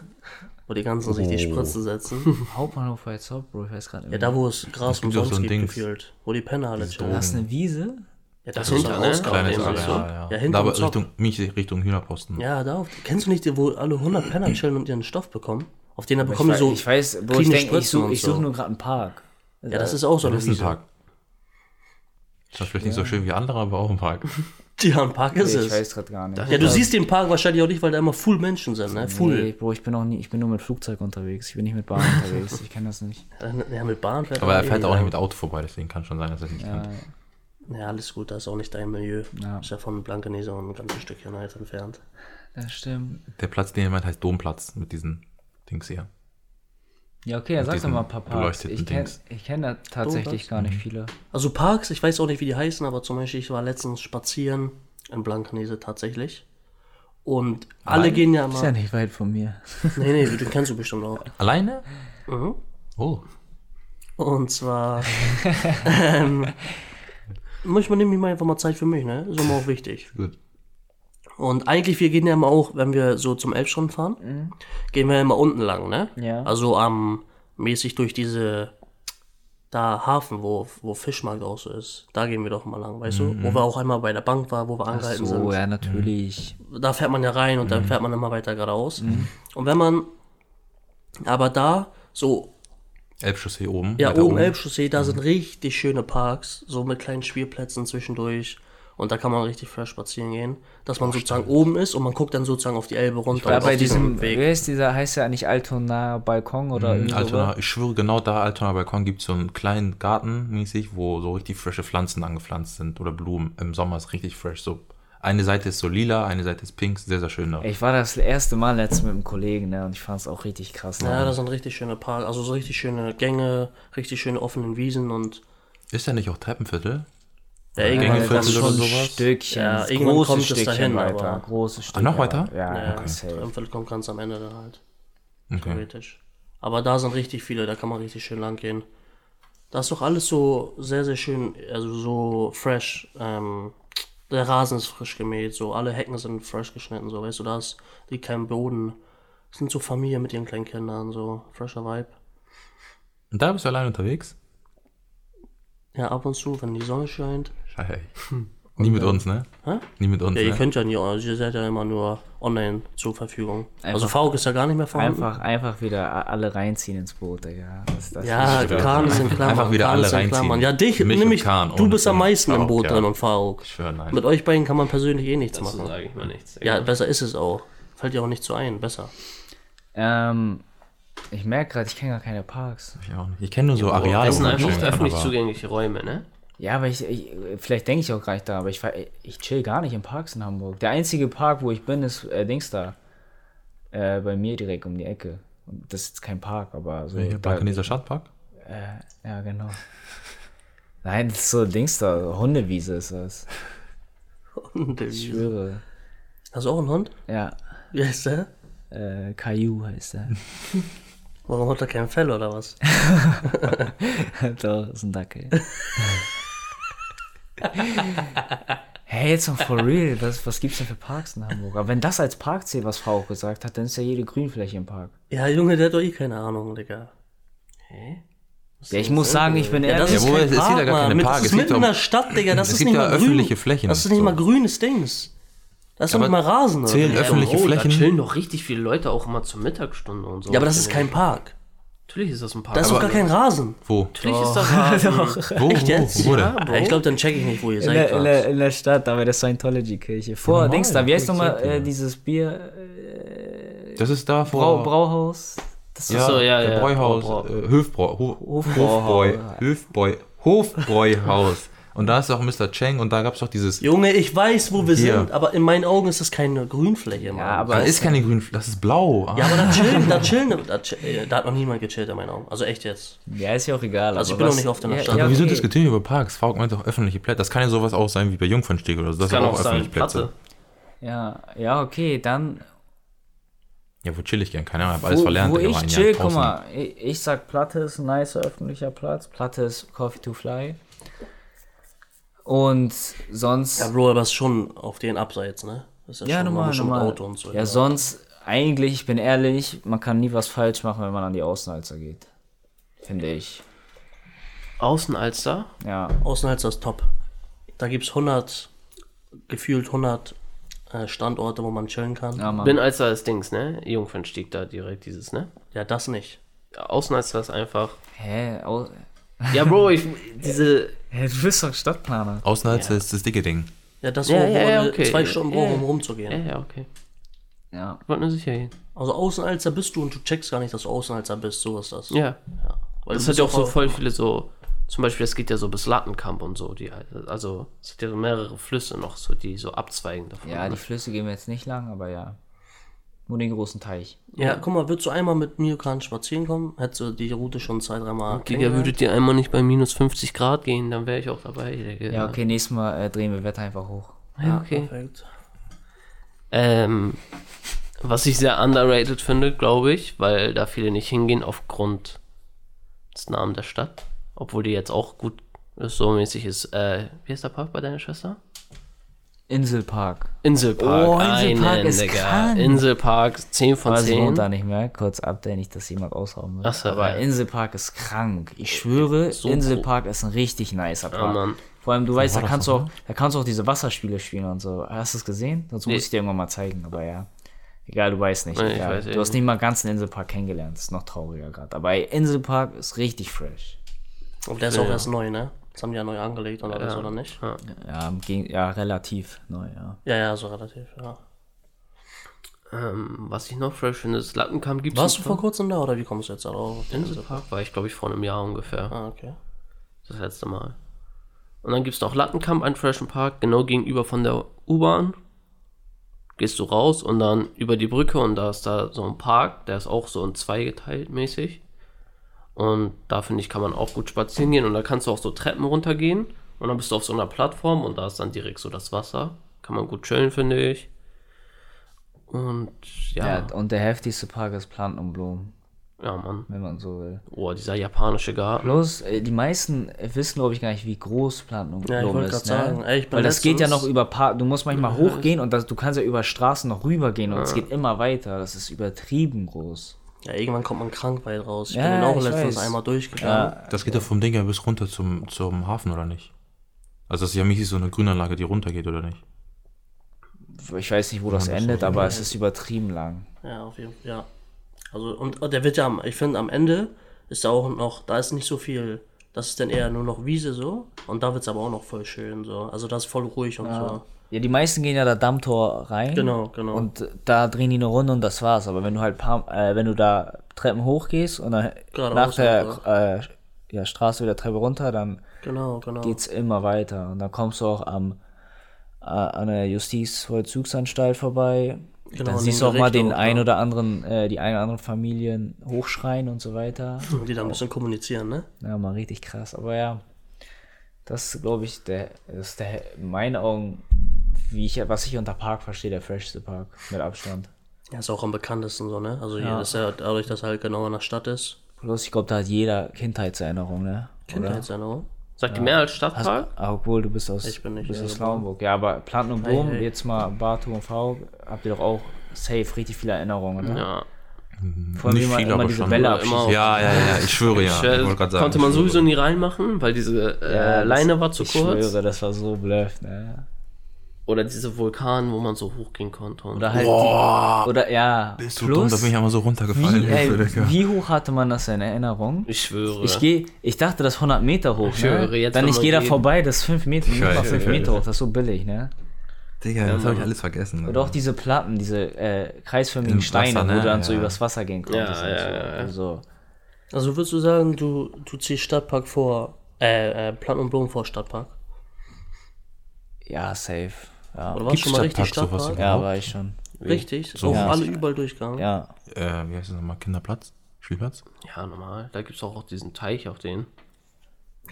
[SPEAKER 3] wo die ganzen sich die
[SPEAKER 1] Oh.
[SPEAKER 3] Spritze setzen.
[SPEAKER 4] Hauptbahnhof bei Zop, Bro, ich weiß gerade nicht.
[SPEAKER 3] Ja, da wo es Gras und
[SPEAKER 1] gibt auch so
[SPEAKER 3] sonst
[SPEAKER 1] ein
[SPEAKER 3] gibt
[SPEAKER 1] Dings.
[SPEAKER 3] gefühlt, wo die Penner alle chillen.
[SPEAKER 4] das ist eine Wiese?
[SPEAKER 3] Ja, das
[SPEAKER 5] Dahinter, ne?
[SPEAKER 1] Kleines
[SPEAKER 5] Ja,
[SPEAKER 1] Areal,
[SPEAKER 5] so.
[SPEAKER 1] ja.
[SPEAKER 3] Ja,
[SPEAKER 1] ja.
[SPEAKER 3] hinter
[SPEAKER 1] Aber
[SPEAKER 3] dem Zopp.
[SPEAKER 1] Richtung, mich Richtung Hühnerposten.
[SPEAKER 3] Ja, da auf. Kennst du nicht, die, wo alle 100 Penner chillen und ihren Stoff bekommen? Auf denen da
[SPEAKER 4] Ich
[SPEAKER 3] bekommen die
[SPEAKER 4] weiß-
[SPEAKER 3] so.
[SPEAKER 4] ich weiß, Bro, ich
[SPEAKER 3] clean
[SPEAKER 4] denke, ich
[SPEAKER 3] Spritzen
[SPEAKER 4] suche
[SPEAKER 3] und
[SPEAKER 4] ich such
[SPEAKER 3] so.
[SPEAKER 4] nur gerade einen Park.
[SPEAKER 3] ja, das ist auch so eine
[SPEAKER 1] Das ist ein
[SPEAKER 3] Wiese.
[SPEAKER 1] Park. Ist das vielleicht nicht so schön wie andere, aber auch ein Park.
[SPEAKER 3] Ja, ein Park ist
[SPEAKER 4] Nee, ich
[SPEAKER 3] es.
[SPEAKER 4] weiß gerade gar nicht.
[SPEAKER 3] Ja, du siehst den Park wahrscheinlich auch nicht, weil da immer full Menschen sind, ne?
[SPEAKER 4] Nee,
[SPEAKER 3] Full.
[SPEAKER 4] Bro, ich bin auch nie, ich bin nur mit Flugzeug unterwegs. Ich bin nicht mit Bahn unterwegs. Ich kann das nicht.
[SPEAKER 3] Ja, mit Bahn fährt
[SPEAKER 1] Aber er
[SPEAKER 3] eh
[SPEAKER 1] fährt auch
[SPEAKER 3] lang.
[SPEAKER 1] nicht mit Auto vorbei, deswegen kann schon sein, dass er nicht kann.
[SPEAKER 3] Ja, alles gut, das ist auch nicht dein Milieu.
[SPEAKER 4] Ja.
[SPEAKER 3] Ist ja von Blankenese und ein ganzes Stückchen halt entfernt.
[SPEAKER 4] Das stimmt.
[SPEAKER 1] Der Platz, den er meint, heißt Domplatz mit diesen Dings hier.
[SPEAKER 4] Ja, okay, dann sag doch
[SPEAKER 1] diesen
[SPEAKER 4] mal ein paar Parks.
[SPEAKER 1] beleuchteten
[SPEAKER 4] Ich kenne
[SPEAKER 1] Dings. Mhm.
[SPEAKER 4] kenn da tatsächlich gar nicht viele.
[SPEAKER 3] Also Parks, ich weiß auch nicht, wie die heißen, aber zum Beispiel, ich war letztens spazieren in Blankenese tatsächlich. Und alle gehen ja
[SPEAKER 4] Ist
[SPEAKER 3] mal.
[SPEAKER 4] ja nicht weit von mir.
[SPEAKER 3] Nee, nee, den kennst du bestimmt auch.
[SPEAKER 1] Alleine?
[SPEAKER 3] Mhm.
[SPEAKER 1] Oh.
[SPEAKER 3] Und zwar. ähm, manchmal nehme ich mir einfach mal Zeit für mich, ne? Ist immer auch wichtig.
[SPEAKER 1] Gut.
[SPEAKER 3] Und eigentlich, wir gehen ja immer auch, wenn wir so zum Elbstrand fahren, gehen wir ja immer unten lang, ne?
[SPEAKER 4] Ja.
[SPEAKER 3] Also am mäßig durch diese da Hafen, wo, wo Fischmarkt auch so ist. Da gehen wir doch mal lang, weißt du? Wo wir auch einmal bei der Bank war, wo wir angehalten
[SPEAKER 4] Mhm. So,
[SPEAKER 3] sind.
[SPEAKER 4] ja, Mhm. natürlich.
[SPEAKER 3] Da fährt man ja rein und dann fährt man immer weiter geradeaus.
[SPEAKER 4] Mhm.
[SPEAKER 3] Und wenn man aber da so
[SPEAKER 1] Elbschuss hier oben.
[SPEAKER 3] ja,
[SPEAKER 1] weiter
[SPEAKER 3] oben Elbchaussee, da
[SPEAKER 4] Mhm.
[SPEAKER 3] sind richtig schöne Parks, so mit kleinen Spielplätzen zwischendurch. Und da kann man richtig fresh spazieren gehen, dass man sozusagen oben ist und man guckt dann sozusagen auf die Elbe runter.
[SPEAKER 4] Ja,
[SPEAKER 3] und
[SPEAKER 4] bei
[SPEAKER 3] auf
[SPEAKER 4] diesem,
[SPEAKER 3] Weg. Mhm,
[SPEAKER 4] wer ist dieser, heißt ja nicht Altonaer Balkon oder irgendwie
[SPEAKER 1] Altona,
[SPEAKER 4] sowas?
[SPEAKER 1] ich schwöre, genau da, Altona Balkon, gibt es so einen kleinen Garten mäßig, wo so richtig frische Pflanzen angepflanzt sind oder Blumen. Im Sommer ist richtig fresh. So eine Seite ist so lila, eine Seite ist pink, sehr, sehr schön da.
[SPEAKER 4] Ich war das erste Mal letztens mit einem Kollegen, ne, und ich fand es auch richtig krass.
[SPEAKER 3] Ja,
[SPEAKER 4] ne?
[SPEAKER 3] da sind richtig schöne Parks, also so richtig schöne Gänge, richtig schöne offenen Wiesen und
[SPEAKER 1] Ist ja nicht auch Treppenviertel?
[SPEAKER 3] ja, irgendwann
[SPEAKER 1] Gängeviertel
[SPEAKER 3] kommt
[SPEAKER 1] oder
[SPEAKER 3] schon
[SPEAKER 1] so.
[SPEAKER 4] ein
[SPEAKER 1] sowas?
[SPEAKER 4] Stückchen,
[SPEAKER 3] Ja,
[SPEAKER 4] das
[SPEAKER 3] irgendwann
[SPEAKER 4] große
[SPEAKER 3] kommt es
[SPEAKER 4] Stückchen
[SPEAKER 3] dahin,
[SPEAKER 4] weiter,
[SPEAKER 3] aber- Ah,
[SPEAKER 4] großes Stückchen.
[SPEAKER 1] noch weiter?
[SPEAKER 4] Ja,
[SPEAKER 3] Ja,
[SPEAKER 4] ja,
[SPEAKER 3] Ah, okay.
[SPEAKER 4] safe.
[SPEAKER 3] Treppenviertel kommt ganz am Ende dann halt,
[SPEAKER 1] Okay.
[SPEAKER 3] theoretisch. Aber da sind richtig viele, da kann man richtig schön lang gehen. Da ist doch alles so sehr, sehr schön, also so fresh. Ähm, der Rasen ist frisch gemäht, so alle Hecken sind fresh geschnitten, so weißt du, da ist, liegt kein Boden. Es sind so Familien mit ihren kleinen Kindern, so fresher Vibe.
[SPEAKER 1] Und da bist du allein unterwegs?
[SPEAKER 3] Ja, ab und zu, wenn die Sonne scheint.
[SPEAKER 1] Scheiße. Nie mit uns, ne?
[SPEAKER 3] Hä?
[SPEAKER 1] Nie mit uns,
[SPEAKER 3] Ja, ihr
[SPEAKER 1] ne?
[SPEAKER 3] könnt ja nie, also ihr seid ja immer nur online zur Verfügung. also
[SPEAKER 4] Einfach-
[SPEAKER 3] VAUG ist ja gar nicht mehr vorhanden.
[SPEAKER 4] Einfach, einfach wieder a- alle reinziehen ins Boot, Digga. Das, das
[SPEAKER 3] Ja,
[SPEAKER 4] ist-
[SPEAKER 3] Kahn ist in Klammern.
[SPEAKER 1] Einfach wieder
[SPEAKER 3] Kahn
[SPEAKER 1] alle
[SPEAKER 3] ist in
[SPEAKER 1] reinziehen.
[SPEAKER 3] Klammern. Ja, dich,
[SPEAKER 1] Mich und
[SPEAKER 3] nämlich,
[SPEAKER 1] Kahn,
[SPEAKER 3] du
[SPEAKER 1] ohne
[SPEAKER 3] bist am
[SPEAKER 1] Film.
[SPEAKER 3] meisten im
[SPEAKER 1] Aber,
[SPEAKER 3] Boot
[SPEAKER 1] ja.
[SPEAKER 3] drin und Faruk.
[SPEAKER 1] Ich schwöre, nein.
[SPEAKER 3] Mit euch beiden kann man persönlich eh nichts
[SPEAKER 5] Dazu
[SPEAKER 3] machen.
[SPEAKER 5] sage ich mal nichts.
[SPEAKER 3] Ja,
[SPEAKER 5] Egal.
[SPEAKER 3] besser ist es auch. Fällt dir auch nicht so ein, besser.
[SPEAKER 4] Ähm, ich merke gerade, ich kenne gar keine Parks.
[SPEAKER 1] Ich auch nicht. Ich kenne nur so Areale.
[SPEAKER 5] das sind
[SPEAKER 1] wo man
[SPEAKER 5] einfach
[SPEAKER 1] chillen kann,
[SPEAKER 5] halt öffentlich
[SPEAKER 1] aber-
[SPEAKER 5] zugängliche Räume, ne?
[SPEAKER 4] Ja, aber ich, ich vielleicht denke ich auch gar nicht da, aber ich, war- ich chill gar nicht in Parks in Hamburg. Der einzige Park, wo ich bin, ist äh, Dings da. Äh, bei mir direkt um die Ecke. Und das ist jetzt kein Park, aber so.
[SPEAKER 1] Hier,
[SPEAKER 4] da,
[SPEAKER 1] Balkaneser Stadtpark?
[SPEAKER 4] ja, genau. Nein, das ist so Dings da. Hundewiese ist das. Ich
[SPEAKER 3] Hast
[SPEAKER 4] schwöre.
[SPEAKER 3] du auch einen Hund?
[SPEAKER 4] Ja,
[SPEAKER 3] Wie heißt der?
[SPEAKER 4] äh, Caillou heißt er.
[SPEAKER 3] Warum hat er kein Fell oder was?
[SPEAKER 4] Doch, ist ein Dackel. hey, jetzt mal for real, was, was gibt's denn für Parks in Hamburg? Aber wenn das als Park zählt, was Frau auch gesagt hat, dann ist ja jede Grünfläche im Park.
[SPEAKER 3] Ja, Junge, der hat doch eh keine Ahnung, Digga.
[SPEAKER 4] Ja, ich muss sagen, ich bin
[SPEAKER 3] Ja, das
[SPEAKER 4] ehrlich.
[SPEAKER 3] ist
[SPEAKER 1] wo
[SPEAKER 3] kein
[SPEAKER 1] es- es gibt ja gar
[SPEAKER 3] Park,
[SPEAKER 1] keine
[SPEAKER 3] Mann. Mit-
[SPEAKER 1] Park,
[SPEAKER 3] Das
[SPEAKER 1] es
[SPEAKER 3] ist
[SPEAKER 1] gibt
[SPEAKER 3] mitten in
[SPEAKER 1] doch-
[SPEAKER 3] der Stadt, Digga. Das
[SPEAKER 1] es
[SPEAKER 3] ist
[SPEAKER 1] gibt
[SPEAKER 3] nicht
[SPEAKER 1] ja
[SPEAKER 3] mal
[SPEAKER 1] öffentliche
[SPEAKER 3] grün.
[SPEAKER 1] Flächen,
[SPEAKER 3] Das ist nicht
[SPEAKER 1] so.
[SPEAKER 3] mal grünes Dings. Das ist doch
[SPEAKER 1] Aber
[SPEAKER 3] nicht mal Rasen. oder
[SPEAKER 1] zählen
[SPEAKER 3] so.
[SPEAKER 1] öffentliche
[SPEAKER 5] oh,
[SPEAKER 1] Flächen?
[SPEAKER 5] Da chillen doch richtig viele Leute auch immer zur Mittagsstunde und so. Also,
[SPEAKER 3] Ja, aber das ist kein Park.
[SPEAKER 5] Natürlich ist das ein Park.
[SPEAKER 3] Da ist doch gar kein Rasen.
[SPEAKER 1] Wo?
[SPEAKER 5] Natürlich ist das Rasen.
[SPEAKER 1] Wo? Echt
[SPEAKER 3] jetzt?
[SPEAKER 1] Wo, wo denn?
[SPEAKER 3] Ja, ich glaube, dann check ich nicht, wo ihr
[SPEAKER 4] In der,
[SPEAKER 3] seid.
[SPEAKER 4] in,
[SPEAKER 3] grad.
[SPEAKER 4] der, in der Stadt, da bei der Scientology-Kirche. Vor
[SPEAKER 1] Normal,
[SPEAKER 4] Dings da, wie heißt
[SPEAKER 1] ich
[SPEAKER 4] nochmal
[SPEAKER 1] sag dir.
[SPEAKER 4] äh, dieses Bier?
[SPEAKER 1] Das ist da vor...
[SPEAKER 4] Brau, Brauhaus? Das
[SPEAKER 1] Ja,
[SPEAKER 5] Ach so, ja,
[SPEAKER 1] der
[SPEAKER 5] ja.
[SPEAKER 1] Bräuhaus,
[SPEAKER 5] Brau- Brau-
[SPEAKER 1] äh, Höfbrau, Ho
[SPEAKER 4] Hofbräu-
[SPEAKER 1] Hofbräu, Höfbräu, Hofbräuhaus. Und da ist auch Mr. Cheng und da gab es doch dieses.
[SPEAKER 3] Junge, ich weiß, wo wir
[SPEAKER 1] Hier.
[SPEAKER 3] sind, aber in meinen Augen ist das keine Grünfläche, Mann.
[SPEAKER 4] Ja, aber-
[SPEAKER 1] Da ist keine grüne, das ist blau. Ah.
[SPEAKER 3] Ja, aber da chillen, da chillen, da, chill- äh, da hat noch niemand gechillt in meinen Augen. Also echt jetzt.
[SPEAKER 4] ja, ist ja auch egal.
[SPEAKER 3] Also ich
[SPEAKER 4] aber
[SPEAKER 3] bin auch
[SPEAKER 4] was-
[SPEAKER 3] nicht oft in der
[SPEAKER 4] ja,
[SPEAKER 3] Stadt.
[SPEAKER 4] ja,
[SPEAKER 1] aber wieso
[SPEAKER 4] okay.
[SPEAKER 1] diskutieren wir über Parks? Falk meint doch öffentliche Plätze. Das kann ja sowas auch sein wie bei Jungfernsteg oder so. Das,
[SPEAKER 5] kann
[SPEAKER 1] sind
[SPEAKER 5] auch sein, Platte.
[SPEAKER 4] Ja, ja, okay, dann
[SPEAKER 1] Ja, wo chill ich gern? Keine Ahnung, hab alles
[SPEAKER 4] wo,
[SPEAKER 1] verlernt.
[SPEAKER 4] Wo
[SPEAKER 1] Digga,
[SPEAKER 4] ich
[SPEAKER 1] war ein Jahr
[SPEAKER 4] chill, guck
[SPEAKER 1] draußen.
[SPEAKER 4] mal, ich, ich sag Platte ist ein nicer öffentlicher Platz, Platte ist Coffee to Fly. Und sonst.
[SPEAKER 3] Ja, Bro, aber es ist schon auf den Abseits, ne? Das ist
[SPEAKER 4] Ja,
[SPEAKER 3] schon, man
[SPEAKER 4] normal,
[SPEAKER 3] muss schon mit
[SPEAKER 4] normal.
[SPEAKER 3] Auto und so.
[SPEAKER 4] ja, sonst, eigentlich, ich bin ehrlich, man kann nie was falsch machen, wenn man an die Außenalster geht. Finde ich.
[SPEAKER 5] Außenalster?
[SPEAKER 4] Ja.
[SPEAKER 3] Außenhals ist top. Da gibt es 100, gefühlt 100 äh, Standorte, wo man chillen kann.
[SPEAKER 4] Ja, Mann.
[SPEAKER 5] Bin Alster ist Dings, ne? Jungfernstieg da direkt dieses, ne?
[SPEAKER 3] Ja, das nicht.
[SPEAKER 5] Außenalster ist einfach.
[SPEAKER 4] Hä? Au
[SPEAKER 5] Ja, Bro, ich. Diese.
[SPEAKER 4] Hä, du bist doch Stadtplaner.
[SPEAKER 1] Außenhals ist das dicke Ding.
[SPEAKER 3] Ja, das,
[SPEAKER 5] Ja,
[SPEAKER 3] wo, wo
[SPEAKER 5] ja,
[SPEAKER 3] man
[SPEAKER 5] ja,
[SPEAKER 3] äh,
[SPEAKER 5] okay.
[SPEAKER 3] zwei Stunden braucht,
[SPEAKER 5] Ja,
[SPEAKER 3] um
[SPEAKER 5] ja.
[SPEAKER 3] rumzugehen.
[SPEAKER 5] Ja, ja, okay.
[SPEAKER 4] Ja.
[SPEAKER 5] Wollte nur sicher gehen.
[SPEAKER 3] Also Außenalster bist du und du checkst gar nicht, dass du Außenalster bist. So ist das.
[SPEAKER 5] Ja.
[SPEAKER 3] Weil
[SPEAKER 5] Das
[SPEAKER 3] du
[SPEAKER 5] hat ja auch
[SPEAKER 3] bist
[SPEAKER 5] so
[SPEAKER 3] auf-
[SPEAKER 5] voll viele so. Zum Beispiel, das geht ja so bis Lattenkamp und so. Die, also, es hat ja so mehrere Flüsse noch, so, die so abzweigen davon.
[SPEAKER 4] Ja,
[SPEAKER 5] ne?
[SPEAKER 4] die Flüsse gehen wir jetzt nicht lang, aber ja. Nur den großen Teich.
[SPEAKER 3] Ja, guck mal, würdest du einmal mit Miokan spazieren kommen, hättest du die Route schon zwei, dreimal
[SPEAKER 5] Digga,
[SPEAKER 3] kennengelernt.
[SPEAKER 5] würdet ihr einmal nicht bei minus 50 Grad gehen, dann wäre ich auch dabei, Digga.
[SPEAKER 4] Ja, okay, nächstes Mal äh, drehen wir Wetter einfach hoch.
[SPEAKER 5] Ja, okay.
[SPEAKER 3] Perfekt.
[SPEAKER 5] Ähm, was ich sehr underrated finde, glaube ich, weil da viele nicht hingehen aufgrund des Namens der Stadt. Obwohl die jetzt auch gut ist, so mäßig ist. Äh, wie heißt der Park bei deiner Schwester?
[SPEAKER 4] Inselpark.
[SPEAKER 5] Inselpark.
[SPEAKER 4] Oh, Inselpark ist krank.
[SPEAKER 5] Inselpark, 10 von
[SPEAKER 4] Weiß ich
[SPEAKER 5] 10.
[SPEAKER 4] da nicht mehr. Kurz update, nicht, dass jemand ausrauben will.
[SPEAKER 5] Ach so,
[SPEAKER 4] aber
[SPEAKER 5] ja.
[SPEAKER 4] Inselpark ist krank. Ich schwöre,
[SPEAKER 5] So
[SPEAKER 4] Inselpark ist ein richtig nicer Park.
[SPEAKER 5] Mann.
[SPEAKER 4] Vor allem, du weißt, da
[SPEAKER 1] das
[SPEAKER 4] kannst du,
[SPEAKER 1] noch,
[SPEAKER 4] auch, da kannst du auch diese Wasserspiele spielen und so. Hast du es gesehen? Sonst
[SPEAKER 5] Nee.
[SPEAKER 4] muss ich dir irgendwann mal zeigen, aber ja. Egal, du weißt nicht.
[SPEAKER 5] Nee, ich
[SPEAKER 4] egal.
[SPEAKER 5] weiß eh
[SPEAKER 4] du hast
[SPEAKER 5] nicht.
[SPEAKER 4] nicht mal ganz den Inselpark kennengelernt. Ist noch trauriger gerade. Aber Inselpark ist richtig fresh.
[SPEAKER 3] Und der ist auch
[SPEAKER 5] Ja.
[SPEAKER 3] erst neu, ne? Das haben die ja neu angelegt und alles,
[SPEAKER 5] Ja.
[SPEAKER 3] oder nicht?
[SPEAKER 5] Ja.
[SPEAKER 4] Ja, im Gegen- ja relativ neu, ja.
[SPEAKER 3] Ja, ja, so relativ, ja.
[SPEAKER 5] Ähm, was ich noch fresh finde, ist Lattenkamp gibt es.
[SPEAKER 3] Warst du vor kurzem da, oder wie kommst du jetzt darauf?
[SPEAKER 5] Inselpark? War ich, glaube ich, vor einem Jahr ungefähr.
[SPEAKER 3] Ah, okay.
[SPEAKER 5] Das letzte Mal. Und dann gibt es noch Lattenkamp, einen freshen Park, genau gegenüber von der U-Bahn. Gehst du raus und dann über die Brücke und da ist da so ein Park, der ist auch so in zwei geteilt mäßig. Und da finde ich, kann man auch gut spazieren gehen und da kannst du auch so Treppen runtergehen und dann bist du auf so einer Plattform und da ist dann direkt so das Wasser. Kann man gut chillen, finde ich. Und ja, ja,
[SPEAKER 4] ja. Und der heftigste Park ist Planten und Blumen,
[SPEAKER 5] Mann.
[SPEAKER 4] wenn man so will.
[SPEAKER 5] Oh, dieser japanische Garten.
[SPEAKER 4] Bloß, äh, die meisten äh, wissen, glaube ich, gar nicht, wie groß Planung
[SPEAKER 3] Ja, ich
[SPEAKER 4] Blumen
[SPEAKER 3] wollte
[SPEAKER 4] ist. Ne?
[SPEAKER 3] grad sagen, ey, ich bin
[SPEAKER 4] Weil das geht ja
[SPEAKER 3] letztens-
[SPEAKER 4] noch über Paar. Du musst manchmal hochgehen und das, du kannst ja über Straßen noch rübergehen und es geht immer weiter. Das ist übertrieben groß.
[SPEAKER 3] Ja, irgendwann kommt man krank weit raus. Ich
[SPEAKER 4] Ja,
[SPEAKER 3] bin den auch
[SPEAKER 4] ich
[SPEAKER 3] letztens
[SPEAKER 4] weiß.
[SPEAKER 3] einmal durchgegangen.
[SPEAKER 1] Das geht doch vom Ding her bis runter zum, zum Hafen, oder nicht? Also, das ist ja mäßig so eine Grünanlage, die runtergeht, oder nicht?
[SPEAKER 4] Ich weiß nicht, wo das endet, aber es ist übertrieben lang.
[SPEAKER 3] Ja, auf jeden Fall, ja. Also, und und der wird ja, am, ich finde, am Ende ist da auch noch, da ist nicht so viel. Das ist dann eher nur noch Wiese so. Und da wird es aber auch noch voll schön so. Also, das ist voll ruhig und so.
[SPEAKER 4] Ja, die meisten gehen ja da Dammtor rein.
[SPEAKER 3] Genau, genau.
[SPEAKER 4] Und da drehen die eine Runde und das war's. Aber wenn du halt paar, äh, wenn du da Treppen hochgehst und dann nach
[SPEAKER 3] Geradeaus
[SPEAKER 4] der äh, ja, Straße wieder Treppe runter, dann
[SPEAKER 3] Genau, genau.
[SPEAKER 4] geht's immer weiter. Und dann kommst du auch am äh, an der Justizvollzugsanstalt vorbei.
[SPEAKER 3] Genau,
[SPEAKER 4] dann
[SPEAKER 3] und
[SPEAKER 4] siehst du
[SPEAKER 3] im
[SPEAKER 4] auch mal
[SPEAKER 3] Gericht
[SPEAKER 4] den
[SPEAKER 3] auch, genau.
[SPEAKER 4] ein
[SPEAKER 3] ja.
[SPEAKER 4] oder anderen, äh, die ein oder anderen Familien hochschreien und so weiter.
[SPEAKER 3] Die da ein bisschen kommunizieren, ne?
[SPEAKER 4] Ja, mal richtig krass. Aber ja, das glaube ich, der das ist der in meinen Augen, wie ich, was ich unter Park verstehe, der freshste Park mit Abstand.
[SPEAKER 3] Ja, ist auch am bekanntesten so, ne? Also hier ist ja dadurch, dass er halt genau in der Stadt ist.
[SPEAKER 4] Plus, ich glaube, da hat jeder Kindheitserinnerung, ne?
[SPEAKER 3] Kindheitserinnerung.
[SPEAKER 5] Sagt ihr mehr als Stadtpark?
[SPEAKER 4] Ah, obwohl, du bist aus,
[SPEAKER 3] Ich bin nicht
[SPEAKER 4] bist
[SPEAKER 3] hier
[SPEAKER 4] aus
[SPEAKER 3] geboren.
[SPEAKER 4] Lauenburg. Ja, aber Planten und Blumen,
[SPEAKER 3] hey.
[SPEAKER 4] jetzt mal Bartu und V, habt ihr doch auch safe richtig viele Erinnerungen, oder?
[SPEAKER 5] ja.
[SPEAKER 4] Vor allem, wie man immer diese Bälle
[SPEAKER 5] Oder
[SPEAKER 4] abschießt.
[SPEAKER 5] immer auf-
[SPEAKER 1] Ja, ja, ja, ich schwöre ja.
[SPEAKER 5] Äh,
[SPEAKER 1] Oh. Ich wollte gerade sagen.
[SPEAKER 5] konnte man sowieso nie reinmachen, weil diese äh,
[SPEAKER 4] Ja, das-
[SPEAKER 5] Leine war zu
[SPEAKER 4] ich
[SPEAKER 5] kurz.
[SPEAKER 4] Schwöre, das war so blöd, ne?
[SPEAKER 5] Oder diese Vulkan, wo man so hochgehen konnte. Und
[SPEAKER 4] Oder halt. Boah, die, oder ja.
[SPEAKER 1] Bist du dumm, da bin ich einmal so runtergefallen.
[SPEAKER 4] wie,
[SPEAKER 1] Hilfe, Digga.
[SPEAKER 4] ey, wie hoch hatte man das in Erinnerung?
[SPEAKER 5] ich schwöre.
[SPEAKER 4] Ich gehe, ich dachte, das ist 100 Meter hoch.
[SPEAKER 5] Ich
[SPEAKER 4] ne?
[SPEAKER 5] höre jetzt,
[SPEAKER 4] Dann
[SPEAKER 5] wenn
[SPEAKER 4] ich
[SPEAKER 5] man
[SPEAKER 4] gehe da
[SPEAKER 5] geht.
[SPEAKER 4] vorbei, das ist 5 Meter, nicht mal
[SPEAKER 1] Scheiße,
[SPEAKER 4] 5 Meter hoch, das ist so billig, ne?
[SPEAKER 1] Digga, das habe ich alles vergessen.
[SPEAKER 4] Oder auch diese Platten, diese äh, kreisförmigen
[SPEAKER 1] Im
[SPEAKER 4] Steine,
[SPEAKER 1] Wasser, ne?
[SPEAKER 4] wo du dann so
[SPEAKER 1] Ja.
[SPEAKER 4] übers Wasser gehen konntest.
[SPEAKER 5] Ja,
[SPEAKER 4] und
[SPEAKER 5] ja,
[SPEAKER 4] so.
[SPEAKER 5] ja, ja.
[SPEAKER 4] Also,
[SPEAKER 3] Also würdest du sagen, du, du ziehst Stadtpark vor, äh, äh, Plan und Blumen vor Stadtpark?
[SPEAKER 4] ja, safe. Ja,
[SPEAKER 3] Oder warst du
[SPEAKER 1] Gibt's
[SPEAKER 3] schon mal richtig
[SPEAKER 1] Stadtpark sowas
[SPEAKER 3] Stadtpark?
[SPEAKER 1] überhaupt?
[SPEAKER 4] ja war ich schon.
[SPEAKER 3] Richtig, so
[SPEAKER 1] Ja.
[SPEAKER 3] alle überall durchgegangen.
[SPEAKER 4] Ja.
[SPEAKER 1] Äh, wie heißt das nochmal? Kinderplatz? Spielplatz?
[SPEAKER 5] ja, normal. Da gibt es auch, auch diesen Teich auf den.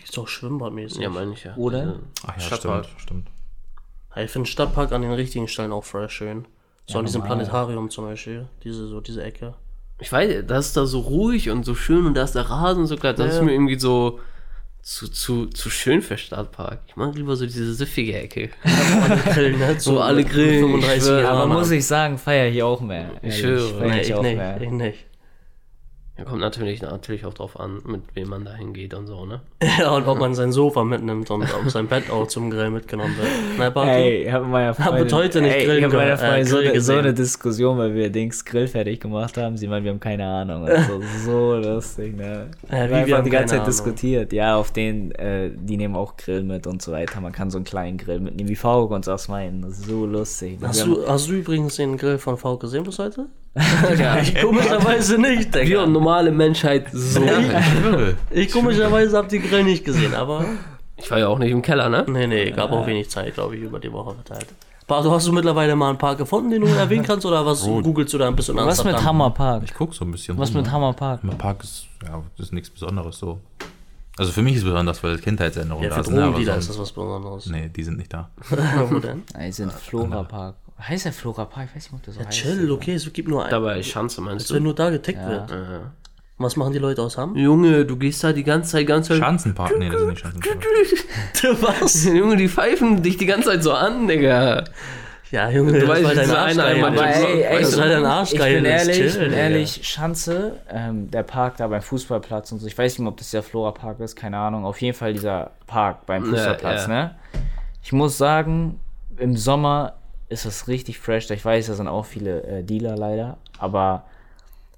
[SPEAKER 3] Ist auch schwimmbadmäßig.
[SPEAKER 5] Ja, meine ich ja.
[SPEAKER 4] Oder?
[SPEAKER 5] Diese
[SPEAKER 1] Ach ja,
[SPEAKER 5] Stadtpark.
[SPEAKER 1] stimmt, stimmt.
[SPEAKER 3] Ja, ich finde Stadtpark an den richtigen Stellen auch voll schön. So an diesem Planetarium zum Beispiel, diese, so diese Ecke.
[SPEAKER 5] Ich weiß, das ist da so ruhig und so schön und da ist der Rasen so glatt. Das
[SPEAKER 3] Ja.
[SPEAKER 5] ist mir irgendwie so zu, zu, zu schön für Stadtpark. Ich mag lieber so diese siffige Ecke.
[SPEAKER 3] Alle grillen, ne?
[SPEAKER 5] Wo alle grillen,
[SPEAKER 3] 35
[SPEAKER 5] ich schwöre,
[SPEAKER 3] Jahre.
[SPEAKER 5] aber
[SPEAKER 4] Aber
[SPEAKER 3] Mann.
[SPEAKER 4] muss ich sagen, feiere ich auch mehr. Ehrlich,
[SPEAKER 5] schwöre.
[SPEAKER 4] feier
[SPEAKER 3] Nee,
[SPEAKER 4] ich
[SPEAKER 3] ich
[SPEAKER 4] auch
[SPEAKER 3] nicht,
[SPEAKER 4] mehr.
[SPEAKER 3] ich nicht.
[SPEAKER 5] Da kommt natürlich, natürlich auch drauf an, mit wem man da hingeht und so, ne?
[SPEAKER 3] Ja, und ob man sein Sofa mitnimmt und ob sein Bett auch zum Grill mitgenommen wird. Ne, Bartu?
[SPEAKER 4] Ey, ich habe meiner Freundin,
[SPEAKER 3] bis heute nicht
[SPEAKER 4] ey, ich
[SPEAKER 3] grillen
[SPEAKER 4] hab meiner
[SPEAKER 3] können, äh,
[SPEAKER 4] Freundin so,
[SPEAKER 3] Grill
[SPEAKER 4] eine, so
[SPEAKER 3] gesehen.
[SPEAKER 4] eine Diskussion, weil wir Dings Grill fertig gemacht haben. Sie meint, wir haben keine Ahnung. Also, so lustig, ne?
[SPEAKER 3] Äh, wie,
[SPEAKER 4] wir haben
[SPEAKER 3] wir
[SPEAKER 4] einfach
[SPEAKER 3] haben
[SPEAKER 4] die ganze Zeit
[SPEAKER 3] keine Ahnung?
[SPEAKER 4] diskutiert. Ja, auf den, äh, die nehmen auch Grill mit und so weiter. Man kann so einen kleinen Grill mitnehmen, wie Fauke uns das meinen. Das ist so lustig. Wir
[SPEAKER 3] Hast
[SPEAKER 4] haben-
[SPEAKER 3] du, hast du übrigens den Grill von Falk gesehen bis heute?
[SPEAKER 5] Ja,
[SPEAKER 3] Ich komischerweise nicht,
[SPEAKER 5] wir
[SPEAKER 3] Digga.
[SPEAKER 5] und normale Menschheit so.
[SPEAKER 1] Ja, ich schwöre.
[SPEAKER 3] Ich komischerweise hab den Grill nicht gesehen, aber.
[SPEAKER 5] Ich war ja auch nicht im Keller, ne?
[SPEAKER 3] Nee, nee, gab auch wenig Zeit, glaube ich, über die Woche verteilt. Bartu, hast du mittlerweile mal einen Park gefunden, den du erwähnen kannst, oder was googelst du da ein bisschen
[SPEAKER 4] was mit
[SPEAKER 3] Amsterdam?
[SPEAKER 4] Hammer Park?
[SPEAKER 1] Ich guck so ein bisschen.
[SPEAKER 4] Was
[SPEAKER 1] rum,
[SPEAKER 4] mit
[SPEAKER 1] ne?
[SPEAKER 4] Hammer Park?
[SPEAKER 1] Im Park ist, ja, das ist nichts Besonderes so. Also für mich ist es besonders, weil Kindheitserinnerungen
[SPEAKER 3] Ja, für
[SPEAKER 1] da sind. ne, aber
[SPEAKER 3] Drogendealer ist
[SPEAKER 1] sonst-
[SPEAKER 3] das was Besonderes.
[SPEAKER 1] Nee, die sind nicht da.
[SPEAKER 3] Wo denn?
[SPEAKER 4] Nein,
[SPEAKER 5] Ah,
[SPEAKER 4] sind Flora Park. Heißt der Flora Park? Ich weiß nicht, ob der so heißt.
[SPEAKER 3] Chill, okay, es gibt nur einen.
[SPEAKER 5] Dabei Schanze
[SPEAKER 4] Also
[SPEAKER 5] meinst
[SPEAKER 3] Wenn
[SPEAKER 5] du?
[SPEAKER 3] nur da getickt wird.
[SPEAKER 5] Äh,
[SPEAKER 3] Was machen die Leute aus Hamm?
[SPEAKER 5] Junge, du gehst da die ganze Zeit, ganze Zeit.
[SPEAKER 1] Schanzenpark? Nee, das sind nicht Schanzenpark.
[SPEAKER 3] Was?
[SPEAKER 5] Junge, die pfeifen dich die ganze Zeit so an, Digga.
[SPEAKER 3] Ja, Junge,
[SPEAKER 5] Du
[SPEAKER 3] das
[SPEAKER 5] weißt,
[SPEAKER 3] war dein
[SPEAKER 5] dieser eine einmal-
[SPEAKER 4] Aber
[SPEAKER 5] Weißt du,
[SPEAKER 4] ey, ey,
[SPEAKER 5] das
[SPEAKER 3] war dein Arschgeil,
[SPEAKER 4] Ich bin
[SPEAKER 3] das
[SPEAKER 4] ehrlich, ich
[SPEAKER 3] Chill,
[SPEAKER 4] bin
[SPEAKER 3] Digga.
[SPEAKER 4] ehrlich, Schanze, ähm, der Park da beim Fußballplatz und so, ich weiß nicht, ob das der Flora-Park ist, keine Ahnung. Auf jeden Fall dieser Park beim Fußballplatz,
[SPEAKER 5] ja.
[SPEAKER 4] ne? Ich muss sagen, im Sommer ist das richtig fresh. Ich weiß, da sind auch viele äh, Dealer leider, aber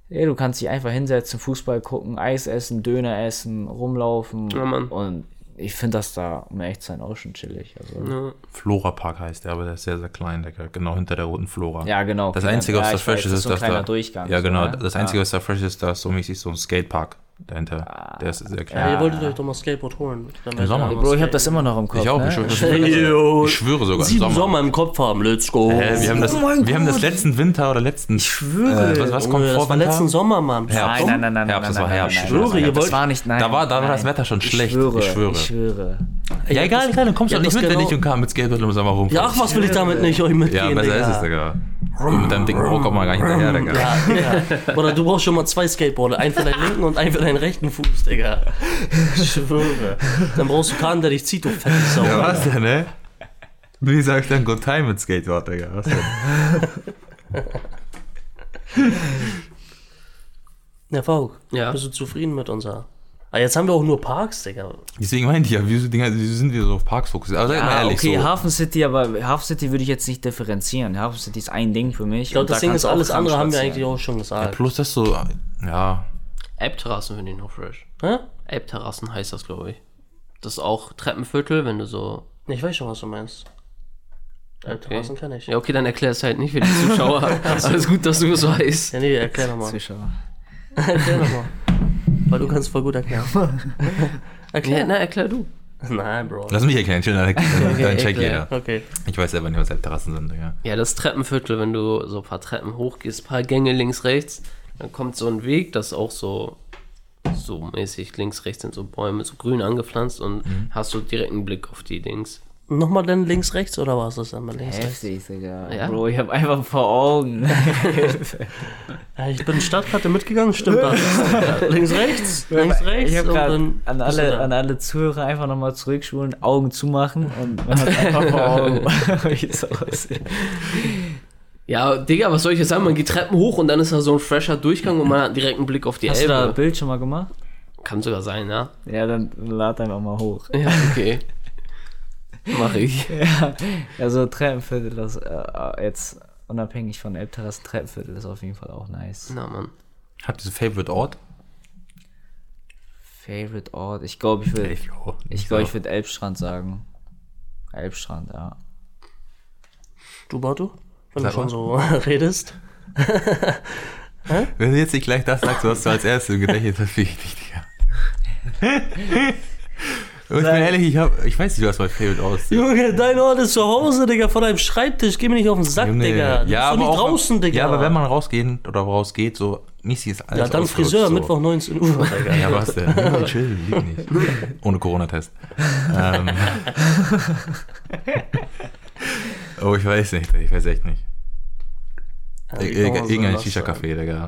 [SPEAKER 4] ey, du kannst dich einfach hinsetzen, Fußball gucken, Eis essen, Döner essen, rumlaufen.
[SPEAKER 5] Ja, Mann.
[SPEAKER 4] Und ich finde das da, um echt zu sein, auch schon chillig. Also,
[SPEAKER 1] Flora Park heißt der, aber der ist sehr, sehr klein, der genau hinter der roten Flora.
[SPEAKER 4] Ja, genau.
[SPEAKER 1] Das Einzige,
[SPEAKER 4] Ja,
[SPEAKER 1] was da
[SPEAKER 4] ich
[SPEAKER 1] fresh
[SPEAKER 4] weiß,
[SPEAKER 1] ist,
[SPEAKER 4] das ist
[SPEAKER 1] ist,
[SPEAKER 4] so ein
[SPEAKER 1] dass
[SPEAKER 4] kleiner
[SPEAKER 1] da,
[SPEAKER 4] Durchgang,
[SPEAKER 1] Ja,
[SPEAKER 4] so,
[SPEAKER 1] genau.
[SPEAKER 4] ne?
[SPEAKER 1] Das Einzige, was da fresh ist, da ist so mäßig so ein Skatepark dahinter. Der ist sehr
[SPEAKER 3] Ja,
[SPEAKER 1] klein.
[SPEAKER 3] ihr wolltet euch doch mal Skateboard holen. Dann wärt ihr
[SPEAKER 1] Sommer.
[SPEAKER 3] mal
[SPEAKER 4] Bro, ich habe
[SPEAKER 3] skaten.
[SPEAKER 4] das immer noch im Kopf.
[SPEAKER 1] Ich auch,
[SPEAKER 4] ne?
[SPEAKER 1] ich schwöre,
[SPEAKER 3] Yo.
[SPEAKER 1] ich schwöre sogar. im
[SPEAKER 3] Sieben Sommer. im Kopf haben, let's go.
[SPEAKER 1] Äh, wir haben das, wir haben das letzten Winter oder letzten. Ich
[SPEAKER 4] schwöre.
[SPEAKER 1] Äh, was, was kommt
[SPEAKER 3] Junge,
[SPEAKER 1] vor
[SPEAKER 3] Oh, das war
[SPEAKER 1] Winter?
[SPEAKER 3] letzten Sommer, Mann.
[SPEAKER 1] Herbst.
[SPEAKER 4] Nein, nein, nein, nein,
[SPEAKER 1] Herbst,
[SPEAKER 4] nein,
[SPEAKER 1] das war
[SPEAKER 4] nein,
[SPEAKER 1] Herbst.
[SPEAKER 4] nein,
[SPEAKER 1] Ich
[SPEAKER 4] nein,
[SPEAKER 1] schwöre,
[SPEAKER 4] nein,
[SPEAKER 1] ihr
[SPEAKER 4] das
[SPEAKER 1] wollt-
[SPEAKER 4] war nicht, nein.
[SPEAKER 1] Da war, da war das
[SPEAKER 4] nein.
[SPEAKER 1] Wetter schon schlecht.
[SPEAKER 4] Ich schwöre,
[SPEAKER 1] ich schwöre.
[SPEAKER 4] Ich schwöre.
[SPEAKER 1] ja, egal, egal, dann kommst du
[SPEAKER 3] Ja,
[SPEAKER 1] auch nicht
[SPEAKER 3] das
[SPEAKER 1] mit, wenn
[SPEAKER 3] genau-
[SPEAKER 1] ich und kam mit Skateboard im Sommer rum.
[SPEAKER 3] Ja, ach, was will ich damit nicht euch
[SPEAKER 1] ja
[SPEAKER 3] mitgehen,
[SPEAKER 1] besser ist es,
[SPEAKER 3] Digga. Hm,
[SPEAKER 1] Digga. Du mit deinem dicken Rock kommt man oh, gar nicht hinterher, Digga.
[SPEAKER 3] Ja. Oder du brauchst schon mal zwei Skateboarder. Einen für deinen linken und einen für deinen rechten Fuß, Digga. Ich schwöre. Dann brauchst du keinen, der dich zieht, du fette Sau.
[SPEAKER 1] Ja, was denn, ne? Wie sag ich dann Good Time mit Skateboard, Digga? Was denn?
[SPEAKER 3] Ja, Falk,
[SPEAKER 5] Ja.
[SPEAKER 3] bist du zufrieden mit unserer... Ah, jetzt haben wir auch nur Parks, Digga.
[SPEAKER 1] Deswegen meinte ich ja, wieso, Digga, wieso sind wir so auf Parks fokussiert? Aber sag mal
[SPEAKER 4] Ah,
[SPEAKER 1] ehrlich,
[SPEAKER 4] okay,
[SPEAKER 1] so.
[SPEAKER 4] Hafen City, aber Hafen City würde ich jetzt nicht differenzieren. Hafen City ist ein Ding für mich.
[SPEAKER 3] Ich glaube, das Ding ist, alles andere haben wir eigentlich auch schon gesagt.
[SPEAKER 1] Plus, dass so, ja,
[SPEAKER 5] App-Terrassen finde ich noch fresh.
[SPEAKER 3] Hä?
[SPEAKER 5] Elbterrassen heißt das, glaube ich. Das ist auch Treppenviertel, wenn du so.
[SPEAKER 3] Nee, Ich weiß schon, was du meinst. Alter, Terrassen kann ich.
[SPEAKER 5] Ja, okay, dann erklär es halt nicht für die Zuschauer. Alles gut, dass du es weißt.
[SPEAKER 3] Ja, nee, erklär nochmal.
[SPEAKER 4] Zuschauer.
[SPEAKER 3] Erklär nochmal. Weil du kannst voll gut erklären.
[SPEAKER 5] Ja,
[SPEAKER 3] erklär.
[SPEAKER 5] na, erklär du.
[SPEAKER 3] Nein, Bro.
[SPEAKER 1] lass mich erklären, chill, dann, dann, dann check jeder.
[SPEAKER 3] Okay.
[SPEAKER 1] Ich weiß selber nicht, was Halbterrassen sind, Digga.
[SPEAKER 5] Ja, das Treppenviertel, wenn du so ein paar Treppen hochgehst, ein paar Gänge links, rechts, dann kommt so ein Weg, das ist auch so, so mäßig links, rechts sind so Bäume, so grün angepflanzt und hast so direkt einen Blick auf die Dings.
[SPEAKER 3] Nochmal dann links, rechts oder war es das einmal links, rechts?
[SPEAKER 4] Heftig, Digga.
[SPEAKER 5] Ja.
[SPEAKER 4] Bro, ich hab einfach vor Augen.
[SPEAKER 3] Ja, ich bin Stadtkarte mitgegangen, stimmt das. links, rechts, links, rechts
[SPEAKER 4] Ich hab
[SPEAKER 3] und
[SPEAKER 4] grad
[SPEAKER 3] dann.
[SPEAKER 4] an
[SPEAKER 3] bist du
[SPEAKER 4] alle,
[SPEAKER 3] da.
[SPEAKER 4] an alle Zuhörer einfach nochmal zurückschulen, Augen zumachen und man hat einfach vor Augen, wie es aussieht.
[SPEAKER 5] Ja, Digga, was soll ich jetzt sagen? Man geht Treppen hoch und dann ist da so ein fresher Durchgang und man hat direkt einen Blick auf die
[SPEAKER 4] Hast du da ein
[SPEAKER 5] Elbe.
[SPEAKER 4] Bild schon mal gemacht?
[SPEAKER 5] Kann sogar sein, ja.
[SPEAKER 4] Ja, dann lad einfach mal hoch.
[SPEAKER 5] Ja, okay. Mach ich.
[SPEAKER 4] Ja, also Treppenviertel, das äh, jetzt unabhängig von Elbterrassen, Treppenviertel ist auf jeden Fall auch nice.
[SPEAKER 5] Na, Mann.
[SPEAKER 1] Habt ihr so Favorite Ort?
[SPEAKER 4] Favorite Ort, ich glaube, ich würde
[SPEAKER 1] glaube,
[SPEAKER 4] ich glaub, ich würd Elbstrand sagen. Elbstrand, ja.
[SPEAKER 3] Du, Bartu? Wenn
[SPEAKER 1] Sag
[SPEAKER 3] du schon
[SPEAKER 1] mal.
[SPEAKER 3] so redest.
[SPEAKER 1] Wenn du jetzt nicht gleich das sagst, was du als erstes im Gedächtnis hast, fick ich dich, Digga. Und ich bin ehrlich, ich, hab, ich weiß nicht, was mein Favorite aussieht.
[SPEAKER 3] Junge, dein Ort ist zu Hause, Digga, vor deinem Schreibtisch. Geh mir nicht auf den Sack,
[SPEAKER 1] Junge,
[SPEAKER 3] Digga. Du
[SPEAKER 1] ja, aber
[SPEAKER 3] bist doch nicht
[SPEAKER 1] auch,
[SPEAKER 3] draußen, Digga.
[SPEAKER 1] Ja, aber wenn man rausgehen oder rausgeht, so mäßig ist alles
[SPEAKER 3] Ja, dann
[SPEAKER 1] ausgelutscht,
[SPEAKER 3] Friseur,
[SPEAKER 1] so.
[SPEAKER 3] Mittwoch 19 Uhr, Digga.
[SPEAKER 1] Ja, was denn? Ja, Chill, lieb nicht. Ohne Corona-Test. Ähm. oh, ich weiß nicht, ich weiß echt nicht.
[SPEAKER 3] Ja,
[SPEAKER 1] Ir-
[SPEAKER 3] die kann man
[SPEAKER 1] ir-
[SPEAKER 3] so
[SPEAKER 1] Irgendein
[SPEAKER 3] lassen.
[SPEAKER 1] Shisha-Café, Digga.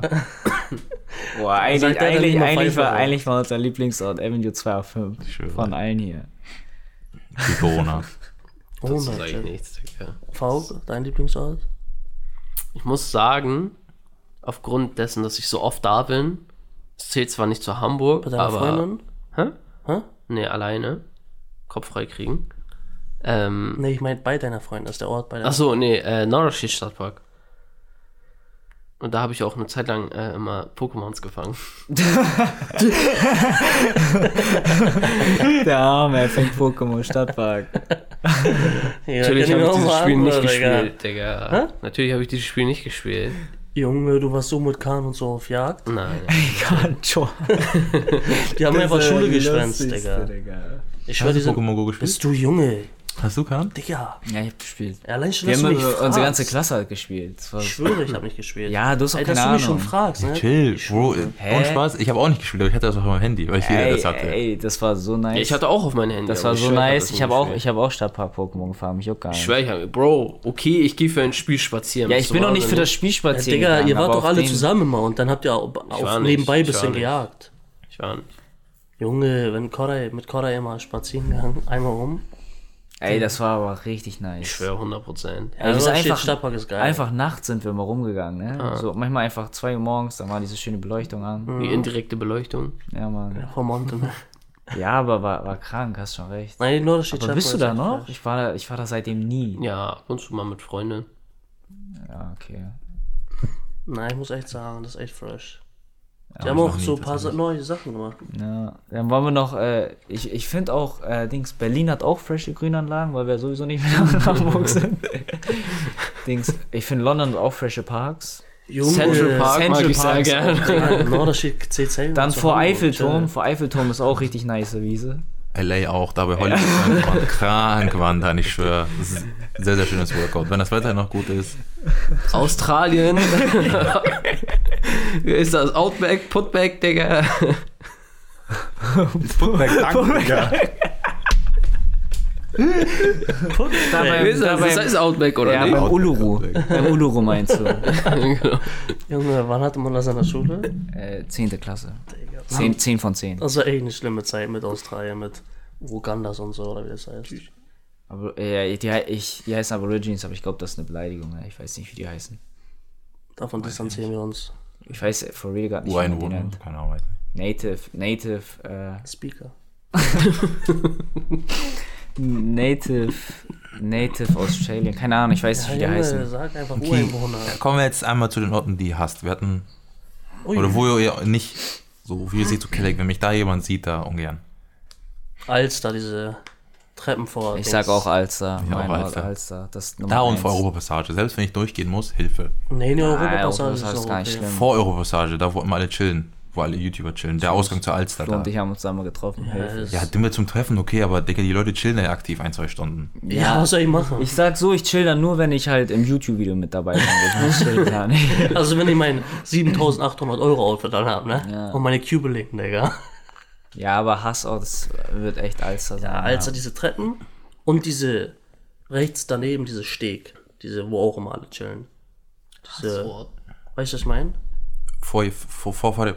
[SPEAKER 4] Boah, eigentlich,
[SPEAKER 3] Sagt einer,
[SPEAKER 4] eigentlich,
[SPEAKER 3] nimm mal
[SPEAKER 4] eigentlich, war,
[SPEAKER 3] Pfeife.
[SPEAKER 4] eigentlich war unser Lieblingsort Avenue 205
[SPEAKER 1] Schön.
[SPEAKER 4] von allen hier.
[SPEAKER 1] Wie Corona.
[SPEAKER 3] Oh
[SPEAKER 5] Das sage ich
[SPEAKER 3] mein Gott.
[SPEAKER 5] nichts. Digga.
[SPEAKER 3] V, dein Lieblingsort?
[SPEAKER 5] Ich muss sagen, aufgrund dessen, dass ich so oft da bin, es zählt zwar nicht zu Hamburg,
[SPEAKER 3] Bei deiner
[SPEAKER 5] aber.
[SPEAKER 3] Freundin?
[SPEAKER 5] Hä?
[SPEAKER 3] Hä?
[SPEAKER 5] Nee, alleine. Kopf frei kriegen. Ähm,
[SPEAKER 3] Nee, ich meine bei deiner Freundin, das ist der Ort bei deiner
[SPEAKER 5] Ach so, nee, äh, Narashi Stadtpark. Und da habe ich auch eine Zeit lang äh, immer Pokémons gefangen.
[SPEAKER 4] Der Arme, er fängt Pokémon Stadtpark.
[SPEAKER 3] Ja, kann
[SPEAKER 5] Natürlich habe
[SPEAKER 3] ich
[SPEAKER 5] ich
[SPEAKER 3] mir auch
[SPEAKER 5] dieses
[SPEAKER 1] genau,
[SPEAKER 3] mal
[SPEAKER 5] Spiel nicht
[SPEAKER 3] anhören, Digga.
[SPEAKER 5] gespielt, Digga. Natürlich habe ich dieses Spiel nicht gespielt.
[SPEAKER 3] Junge, du warst so mit Kahn und so auf Jagd.
[SPEAKER 5] Nein.
[SPEAKER 4] Egal, schon.
[SPEAKER 3] Die haben einfach Schule geschwänzt, Digga.
[SPEAKER 4] Lustigste, Digga.
[SPEAKER 3] Ich schwör,
[SPEAKER 1] Hast
[SPEAKER 3] die
[SPEAKER 1] du
[SPEAKER 3] sind,
[SPEAKER 1] Pokémon Go gespielt?
[SPEAKER 3] bist du Junge?
[SPEAKER 1] Hast du Kahn?
[SPEAKER 3] Digga.
[SPEAKER 4] Ja, ich hab gespielt.
[SPEAKER 3] Allein schon,
[SPEAKER 4] Wir
[SPEAKER 3] dass
[SPEAKER 4] haben also
[SPEAKER 3] du mich
[SPEAKER 4] unsere
[SPEAKER 3] fragst.
[SPEAKER 4] ganze Klasse hat gespielt. Das war
[SPEAKER 3] Ich schwöre, ich habe nicht gespielt.
[SPEAKER 4] Ja, du hast auch
[SPEAKER 3] Ey, dass
[SPEAKER 4] keine
[SPEAKER 3] du mich
[SPEAKER 4] Ahnung.
[SPEAKER 3] schon fragst, ne?
[SPEAKER 1] Chill, Bro.
[SPEAKER 4] Hä?
[SPEAKER 1] Ohne Spaß. Ich habe auch nicht gespielt, aber ich hatte das auf meinem Handy, weil ich jeder
[SPEAKER 4] ey,
[SPEAKER 1] das hatte.
[SPEAKER 4] ey, das war so nice.
[SPEAKER 5] Ich hatte auch auf meinem Handy.
[SPEAKER 4] das
[SPEAKER 5] aber
[SPEAKER 4] war
[SPEAKER 5] ich
[SPEAKER 4] so
[SPEAKER 5] schwör,
[SPEAKER 4] nice.
[SPEAKER 5] das
[SPEAKER 4] Ich
[SPEAKER 5] nie
[SPEAKER 4] habe auch,
[SPEAKER 5] gespielt.
[SPEAKER 4] ich hab auch Stadtpark Pokémon gefahren. Mich juckt gar
[SPEAKER 5] Ich
[SPEAKER 4] nicht.
[SPEAKER 5] schwör, ich habe. Bro, okay, ich gehe für ein Spiel spazieren.
[SPEAKER 4] Ja,
[SPEAKER 5] bist
[SPEAKER 4] ich
[SPEAKER 5] du
[SPEAKER 4] bin noch nicht
[SPEAKER 5] wahnsinnig?
[SPEAKER 4] für das Spiel
[SPEAKER 3] Ja,
[SPEAKER 4] spazieren.
[SPEAKER 3] Äh, Digga,
[SPEAKER 4] gegangen,
[SPEAKER 3] ihr wart
[SPEAKER 4] aber
[SPEAKER 3] doch
[SPEAKER 4] auf
[SPEAKER 3] alle
[SPEAKER 4] den-
[SPEAKER 3] zusammen immer und dann habt ihr auf,
[SPEAKER 5] war
[SPEAKER 3] auf
[SPEAKER 5] nicht,
[SPEAKER 3] nebenbei ein
[SPEAKER 5] ich war
[SPEAKER 3] bisschen
[SPEAKER 5] nicht.
[SPEAKER 3] gejagt.
[SPEAKER 5] Ich war nicht.
[SPEAKER 3] Junge, wenn Koray, mit Koray immer spazieren gegangen, einmal rum.
[SPEAKER 4] Ey, das war aber richtig nice.
[SPEAKER 5] Ich schwör 100%.
[SPEAKER 4] Ey, wir
[SPEAKER 3] Ja,
[SPEAKER 4] sind
[SPEAKER 3] steht,
[SPEAKER 4] einfach,
[SPEAKER 3] Stadtpark Also, ist geil.
[SPEAKER 4] einfach nachts sind wir mal rumgegangen, ne? So manchmal einfach 2 Uhr morgens, dann war diese schöne Beleuchtung an.
[SPEAKER 5] Die indirekte Beleuchtung.
[SPEAKER 4] Ja, Mann.
[SPEAKER 3] Vom Monte.
[SPEAKER 4] Ja, aber war, war krank, hast schon recht.
[SPEAKER 3] Nein, nur das steht
[SPEAKER 4] aber
[SPEAKER 3] Stadtpark
[SPEAKER 4] bist du
[SPEAKER 3] ist
[SPEAKER 4] da
[SPEAKER 3] echt
[SPEAKER 4] noch?
[SPEAKER 3] fresh.
[SPEAKER 4] Ich war da, ich war da seitdem nie.
[SPEAKER 5] Ja, ab und zu mal mit Freunden.
[SPEAKER 4] Ja, okay.
[SPEAKER 3] Nein, ich muss echt sagen, das ist echt fresh. Die haben auch so ein paar Sa- neue Sachen gemacht.
[SPEAKER 4] Ja, dann wollen wir noch, äh, ich, ich finde auch, äh, Dings, Berlin hat auch frische Grünanlagen, weil wir sowieso nicht mehr in Hamburg sind. Dings, ich finde London hat auch frische Parks.
[SPEAKER 3] Junge, äh,
[SPEAKER 5] Central Park mag
[SPEAKER 4] Central
[SPEAKER 5] ich sehr
[SPEAKER 4] Park ist
[SPEAKER 5] gerne.
[SPEAKER 3] Digga, nur das steht CC.
[SPEAKER 4] Dann
[SPEAKER 3] zu
[SPEAKER 4] vor
[SPEAKER 3] Hamburg,
[SPEAKER 4] Eiffelturm,
[SPEAKER 3] chill.
[SPEAKER 4] vor Eiffelturm ist auch richtig nice Wiese.
[SPEAKER 1] LA auch, dabei Hollywood krank waren. Krank waren dann, ich schwöre. Das ist ein sehr, sehr schönes Workout. Wenn das Wetter noch gut ist.
[SPEAKER 5] Australien. Wer ist das? Outback, Putback, Digga. Wer
[SPEAKER 4] Dabei,
[SPEAKER 5] ist das? Das
[SPEAKER 4] dabei,
[SPEAKER 5] heißt Outback, oder
[SPEAKER 4] ja,
[SPEAKER 5] nicht?
[SPEAKER 4] beim Uluru. Beim Uluru meinst du?
[SPEAKER 5] genau.
[SPEAKER 3] Junge, wann hatte man das an der Schule?
[SPEAKER 4] Äh, zehnte Klasse. Zehn, zehn von zehn.
[SPEAKER 3] Das war echt eine schlimme Zeit mit Australien, mit Ugandas und so, oder wie das heißt.
[SPEAKER 4] Aber, äh, die, hei- ich, die heißen Aborigines, aber ich glaube, das ist eine Beleidigung. ja. Ich weiß nicht, wie die heißen.
[SPEAKER 3] Davon distanzieren wir uns.
[SPEAKER 4] Ich weiß äh, for real gerade nicht, wie man die
[SPEAKER 1] Ureinwohner.
[SPEAKER 4] nennt.
[SPEAKER 1] Keine Ahnung. weiß
[SPEAKER 4] Native, Native, äh,
[SPEAKER 3] Speaker.
[SPEAKER 4] Native, Native Australien, keine Ahnung, ich weiß nicht, wie die
[SPEAKER 3] Junge,
[SPEAKER 4] heißen.
[SPEAKER 3] sag einfach
[SPEAKER 1] nicht.
[SPEAKER 3] Ureinwohner.
[SPEAKER 1] Okay. Kommen wir jetzt einmal zu den Orten, die ihr hasst. Wir hatten.
[SPEAKER 3] Ui.
[SPEAKER 1] Oder wo ihr nicht. So, wie ihr seht, so Kelleck. Wenn mich da jemand sieht, da ungern.
[SPEAKER 3] Alster, diese Treppen vor.
[SPEAKER 4] Ich sag auch Alster,
[SPEAKER 1] Ja,
[SPEAKER 4] mein
[SPEAKER 1] auch
[SPEAKER 4] Ort
[SPEAKER 1] Alster.
[SPEAKER 4] Alster. Das ist Nummer
[SPEAKER 1] Da und vor
[SPEAKER 4] eins.
[SPEAKER 1] Europapassage. Selbst wenn ich durchgehen muss, Hilfe.
[SPEAKER 3] Nee, nee,
[SPEAKER 4] Europa
[SPEAKER 3] Europapassage ist
[SPEAKER 4] ist
[SPEAKER 3] noch
[SPEAKER 4] gar
[SPEAKER 3] okay.
[SPEAKER 4] nicht schlimm.
[SPEAKER 1] Vor Europapassage, da wo immer alle chillen. Wo alle YouTuber chillen. Der Ausgang zur Alster
[SPEAKER 4] Du
[SPEAKER 1] da.
[SPEAKER 4] und ich haben uns da mal getroffen.
[SPEAKER 3] Ja,
[SPEAKER 4] Hilfe.
[SPEAKER 3] das-
[SPEAKER 1] Ja, dümme zum Treffen, okay, aber Digga, die Leute chillen da ja aktiv ein, zwei Stunden.
[SPEAKER 3] ja, was soll ich machen?
[SPEAKER 4] Ich sag so, ich chill dann nur, wenn ich halt im YouTube-Video mit dabei bin. Ich chill gar nicht.
[SPEAKER 3] Also, wenn ich mein 7800 Euro Outfit dann habe, ne? Und meine Cubelinken, Digga.
[SPEAKER 4] Ja, aber Hassort das wird echt Alster sein.
[SPEAKER 3] Ja, Alster, diese Treppen und diese rechts daneben, diese Steg. Diese, wo auch immer alle chillen. Diese, weißt du, was ich meine?
[SPEAKER 1] Vor, vor, vor, vor, dem,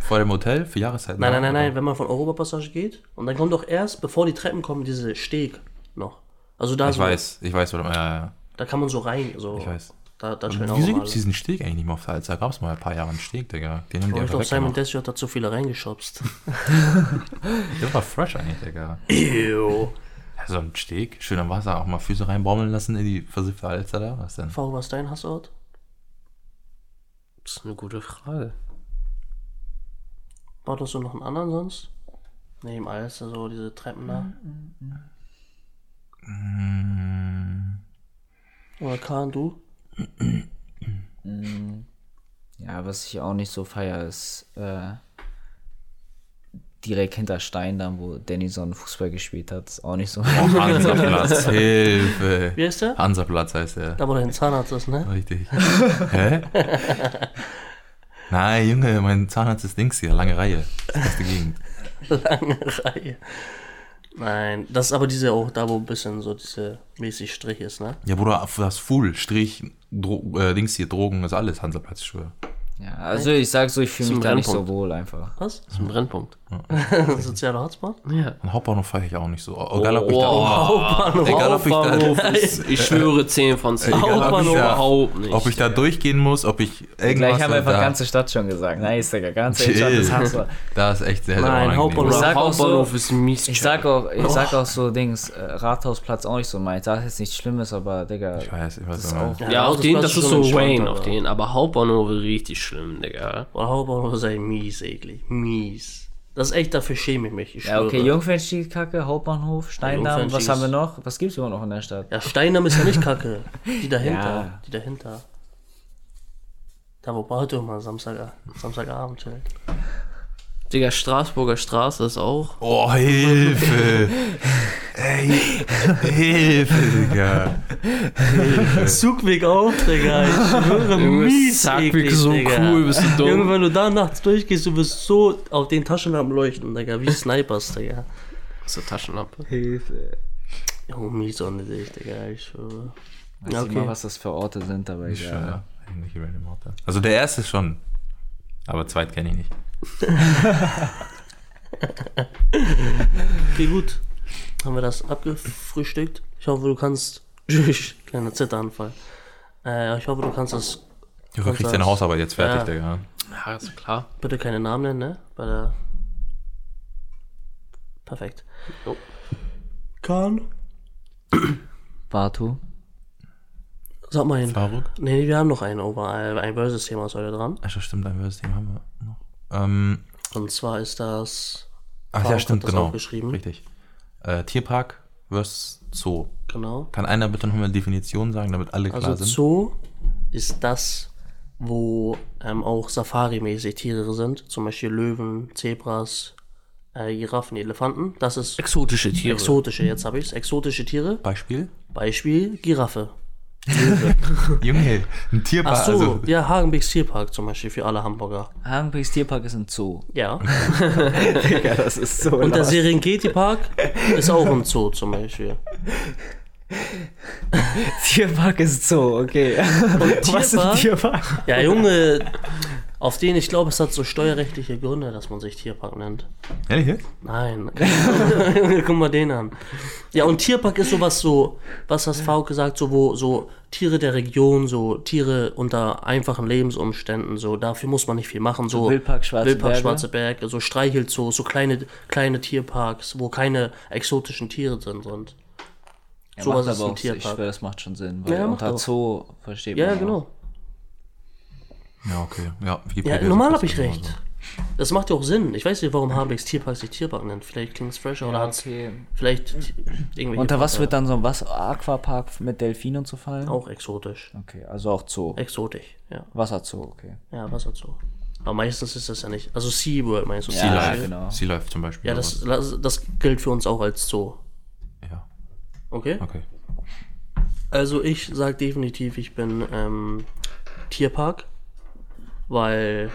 [SPEAKER 1] vor dem Hotel für ne? Jahreszeit.
[SPEAKER 3] Nein, nein, nein, nein, wenn man von Europapassage geht und dann kommt doch erst, bevor die Treppen kommen, diese Steg noch. Also da,
[SPEAKER 1] Ich
[SPEAKER 3] so,
[SPEAKER 1] weiß, ich weiß, wo du- ja, ja,
[SPEAKER 3] da kann man so rein. So,
[SPEAKER 1] ich weiß.
[SPEAKER 3] Da, da chillen auch
[SPEAKER 1] Wieso
[SPEAKER 3] immer
[SPEAKER 1] gibt es
[SPEAKER 3] alle.
[SPEAKER 1] diesen Steg eigentlich nicht mehr auf der Alster? Da gab es mal ein paar Jahre einen Steg, Digga. Den haben die
[SPEAKER 3] Und ich
[SPEAKER 1] einfach
[SPEAKER 3] glaube, Simon
[SPEAKER 1] weggemacht.
[SPEAKER 3] Desio hat da zu viele reingeschubst.
[SPEAKER 1] Der war fresh eigentlich, Digga.
[SPEAKER 3] Ew.
[SPEAKER 1] Ja, so ein Steg, schön am Wasser, auch mal Füße reinbaumeln lassen in die versiffte Alster da. Was denn?
[SPEAKER 3] V, was ist dein Hassort?
[SPEAKER 5] Das ist eine gute Frage.
[SPEAKER 3] Baut das so noch einen anderen sonst? Neben alles, so diese Treppen da.
[SPEAKER 1] Mm,
[SPEAKER 3] Oder Kahn, du?
[SPEAKER 4] Ja, was ich auch nicht so feier, ist äh, direkt hinter Stein, dann, wo Dennison Fußball gespielt hat. Ist auch nicht so.
[SPEAKER 1] Oh, Hansaplatz, Hilfe.
[SPEAKER 3] Wie heißt der?
[SPEAKER 1] Hansaplatz heißt der.
[SPEAKER 3] Da, wo dein Zahnarzt ist, ne?
[SPEAKER 1] Richtig. Hä? Nein, Junge, mein Zahnarzt ist links hier, lange Reihe. Das ist die Gegend.
[SPEAKER 3] Lange Reihe. Nein, das ist aber diese auch da, wo ein bisschen so diese mäßig Strich ist, ne?
[SPEAKER 1] Ja, Bruder, auf das Full, Strich, Dro äh, Dings hier, Drogen, ist alles Hanselplatz, ich schwöre.
[SPEAKER 4] Ja, also ich sag so, ich fühle mich
[SPEAKER 5] Zum
[SPEAKER 4] da nicht so
[SPEAKER 5] Brennpunkt.
[SPEAKER 4] wohl einfach.
[SPEAKER 3] Was?
[SPEAKER 5] Das ist ein Brennpunkt.
[SPEAKER 3] Sozialer Hotspot?
[SPEAKER 5] Ja.
[SPEAKER 1] Ein Hauptbahnhof fahre ich auch nicht so. Egal, ob ich da. Oh,
[SPEAKER 3] Hauptbahnhof.
[SPEAKER 1] Egal, ob ich da,
[SPEAKER 5] Ist, ich schwöre 10 von 10.
[SPEAKER 1] Egal, ob ich da-
[SPEAKER 5] überhaupt nicht.
[SPEAKER 1] ob ich da durchgehen muss, ob ich irgendwas.
[SPEAKER 4] Gleich haben wir einfach
[SPEAKER 1] da,
[SPEAKER 4] ganze Stadt schon gesagt. Nice, Digga, ganze Stadt
[SPEAKER 1] Chill.
[SPEAKER 4] ist Hassler.
[SPEAKER 1] Da ist echt sehr, sehr
[SPEAKER 3] Nein,
[SPEAKER 1] unangenehm.
[SPEAKER 3] Hauptbahnhof-
[SPEAKER 5] Oder
[SPEAKER 4] Ich sag auch so-
[SPEAKER 5] Hauptbahnhof ist mies.
[SPEAKER 4] Ich sag auch, ich sag auch so Dings, äh, Rathausplatz auch nicht so mein. Ich sag jetzt nichts Schlimmes, aber Digga.
[SPEAKER 1] Ich weiß, ich weiß
[SPEAKER 4] Das
[SPEAKER 1] auch
[SPEAKER 4] auch.
[SPEAKER 1] nicht.
[SPEAKER 5] ja, auf den, das ist so Wayne, auf
[SPEAKER 3] den.
[SPEAKER 5] den. Aber Hauptbahnhof ist richtig schlimm, Digga.
[SPEAKER 3] Boah, Hauptbahnhof sei mies, eklig. Mies. Das ist echt, dafür schäme ich mich. Ich
[SPEAKER 4] Ja, okay,
[SPEAKER 3] schwöre.
[SPEAKER 4] Jungfernstieg, Kacke, Hauptbahnhof, Steindamm, was
[SPEAKER 3] Äh, Jungfernstieg
[SPEAKER 4] haben wir
[SPEAKER 3] ist-
[SPEAKER 4] noch? Was gibt's überhaupt noch in der Stadt?
[SPEAKER 3] Ja, Steinam ist ja nicht kacke. Die dahinter.
[SPEAKER 4] Ja.
[SPEAKER 3] Die dahinter. Da, wo Bartu immer Samstag, Samstagabend chillt.
[SPEAKER 5] Digga, Straßburger Straße ist auch.
[SPEAKER 1] Oh, Hilfe! Ey, Hilfe, Digga.
[SPEAKER 3] Zugweg auch, Digga. Ich schwöre,
[SPEAKER 5] Junge,
[SPEAKER 3] mies
[SPEAKER 5] Zugweg
[SPEAKER 3] eklig,
[SPEAKER 5] so
[SPEAKER 3] Digga.
[SPEAKER 5] cool, bist du dumm.
[SPEAKER 3] Junge, wenn du da nachts durchgehst, du wirst so auf den Taschenlampen leuchten, Digga. Wie Snipers, Digga.
[SPEAKER 5] Ist eine Taschenlampe.
[SPEAKER 4] Hilfe.
[SPEAKER 3] Junge, mies ohne dich, Digga. Ich schwöre.
[SPEAKER 4] Weiß
[SPEAKER 3] Ja,
[SPEAKER 4] ich mal,
[SPEAKER 3] okay.
[SPEAKER 4] was das für Orte sind dabei.
[SPEAKER 1] Ich
[SPEAKER 4] Ja.
[SPEAKER 3] ne?
[SPEAKER 1] schwöre, irgendwelche random Orte. Also der erste schon. Aber zweit kenne ich nicht.
[SPEAKER 3] Okay, gut. Haben wir das abgefrühstückt. Ich hoffe, du kannst. Tschüss. Kleiner Zitteranfall. Äh, ich hoffe, du kannst das.
[SPEAKER 1] Junge,
[SPEAKER 3] Kannst
[SPEAKER 1] kriegst deine
[SPEAKER 3] das-
[SPEAKER 1] Hausarbeit jetzt fertig,
[SPEAKER 3] Ja.
[SPEAKER 1] Digga.
[SPEAKER 5] Ja, ist klar.
[SPEAKER 3] Bitte keine Namen nennen, ne? Bei der. Perfekt.
[SPEAKER 5] Jo.
[SPEAKER 3] Kahn?
[SPEAKER 4] Bartu.
[SPEAKER 3] Sag mal hin.
[SPEAKER 1] Faruk?
[SPEAKER 3] Nee, nee, wir haben noch ein, Over äh, ein Versus-Thema ist heute dran.
[SPEAKER 1] Ach, ja, stimmt, ein Versus-Thema haben wir noch. Ähm,
[SPEAKER 3] Und zwar ist das.
[SPEAKER 1] ach
[SPEAKER 3] Faruk
[SPEAKER 1] ja, stimmt,
[SPEAKER 3] hat das
[SPEAKER 1] genau.
[SPEAKER 3] aufgeschrieben.
[SPEAKER 1] Richtig. Äh, Tierpark versus Zoo.
[SPEAKER 3] Genau.
[SPEAKER 1] Kann einer bitte nochmal eine Definition sagen, damit alle klar
[SPEAKER 3] Also
[SPEAKER 1] sind?
[SPEAKER 3] Zoo ist das, wo ähm, auch Safari-mäßig Tiere sind. Zum Beispiel Löwen, Zebras, äh, Giraffen, Elefanten. Das ist
[SPEAKER 5] Exotische Tiere.
[SPEAKER 3] exotische, jetzt habe ich es. Exotische Tiere.
[SPEAKER 1] Beispiel?
[SPEAKER 3] Beispiel Giraffe.
[SPEAKER 1] Junge, ein
[SPEAKER 3] Ach
[SPEAKER 1] Tierpark.
[SPEAKER 3] so,
[SPEAKER 1] also,
[SPEAKER 3] ja, Hagenbecks Tierpark zum Beispiel für alle Hamburger.
[SPEAKER 4] Hagenbecks Tierpark ist ein Zoo.
[SPEAKER 3] Ja.
[SPEAKER 4] Digga, das ist so.
[SPEAKER 3] Und der Serengeti Park ist auch ein Zoo zum Beispiel.
[SPEAKER 4] Tierpark ist Zoo, okay. Was ist
[SPEAKER 3] Tierpark?
[SPEAKER 4] Tierpark?
[SPEAKER 3] Ja, Junge, auf den ich glaube, es hat so steuerrechtliche Gründe, dass man sich Tierpark nennt.
[SPEAKER 1] ehrlich jetzt?
[SPEAKER 3] Nein. Guck mal den an. Ja, und Tierpark ist sowas so, was hast Frau gesagt, so wo so Tiere der Region, so Tiere unter einfachen Lebensumständen, so dafür muss man nicht viel machen, so
[SPEAKER 4] Wildpark Schwarze
[SPEAKER 3] Wildpark
[SPEAKER 4] Berge.
[SPEAKER 3] Schwarze Berge, so Streichelzoos, so kleine kleine Tierparks, wo keine exotischen Tiere drin sind. Sowas ist ein
[SPEAKER 4] Ich
[SPEAKER 3] Tierpark.
[SPEAKER 4] schwöre, das macht schon Sinn. Weil
[SPEAKER 3] Ja, macht
[SPEAKER 4] unter
[SPEAKER 3] auch.
[SPEAKER 4] Zoo versteht
[SPEAKER 3] Ja,
[SPEAKER 4] man.
[SPEAKER 3] ja, genau.
[SPEAKER 1] Ja, okay. Ja,
[SPEAKER 3] Ja,
[SPEAKER 1] Wikipedia
[SPEAKER 3] normal
[SPEAKER 1] sagt
[SPEAKER 3] habe
[SPEAKER 1] das
[SPEAKER 3] ich
[SPEAKER 1] genau
[SPEAKER 3] recht.
[SPEAKER 1] so.
[SPEAKER 3] Das macht ja auch Sinn. Ich weiß nicht, warum Habex Tierpark sich Tierpark nennt. Vielleicht klingt es fresher oder
[SPEAKER 4] Ja,
[SPEAKER 3] hat's
[SPEAKER 4] okay.
[SPEAKER 3] vielleicht t- irgendwelche.
[SPEAKER 4] Unter was
[SPEAKER 3] Vorteile.
[SPEAKER 4] wird dann so ein Wasser Aquapark mit Delfinen zu fallen?
[SPEAKER 3] Auch exotisch.
[SPEAKER 4] Okay, also auch Zoo.
[SPEAKER 3] Exotisch, ja.
[SPEAKER 4] Wasserzoo, okay.
[SPEAKER 3] Ja, Wasserzoo. Aber meistens ist das ja nicht. Also SeaWorld meinst du?
[SPEAKER 4] Ja,
[SPEAKER 3] zum
[SPEAKER 1] Sea
[SPEAKER 3] Beispiel?
[SPEAKER 1] Life.
[SPEAKER 4] genau.
[SPEAKER 1] Sea Life zum Beispiel.
[SPEAKER 3] Ja, das, das, das gilt für uns auch als Zoo.
[SPEAKER 1] sowas. Ja,
[SPEAKER 3] Okay?
[SPEAKER 1] okay.
[SPEAKER 3] Also ich sag definitiv, ich bin ähm, Tierpark, weil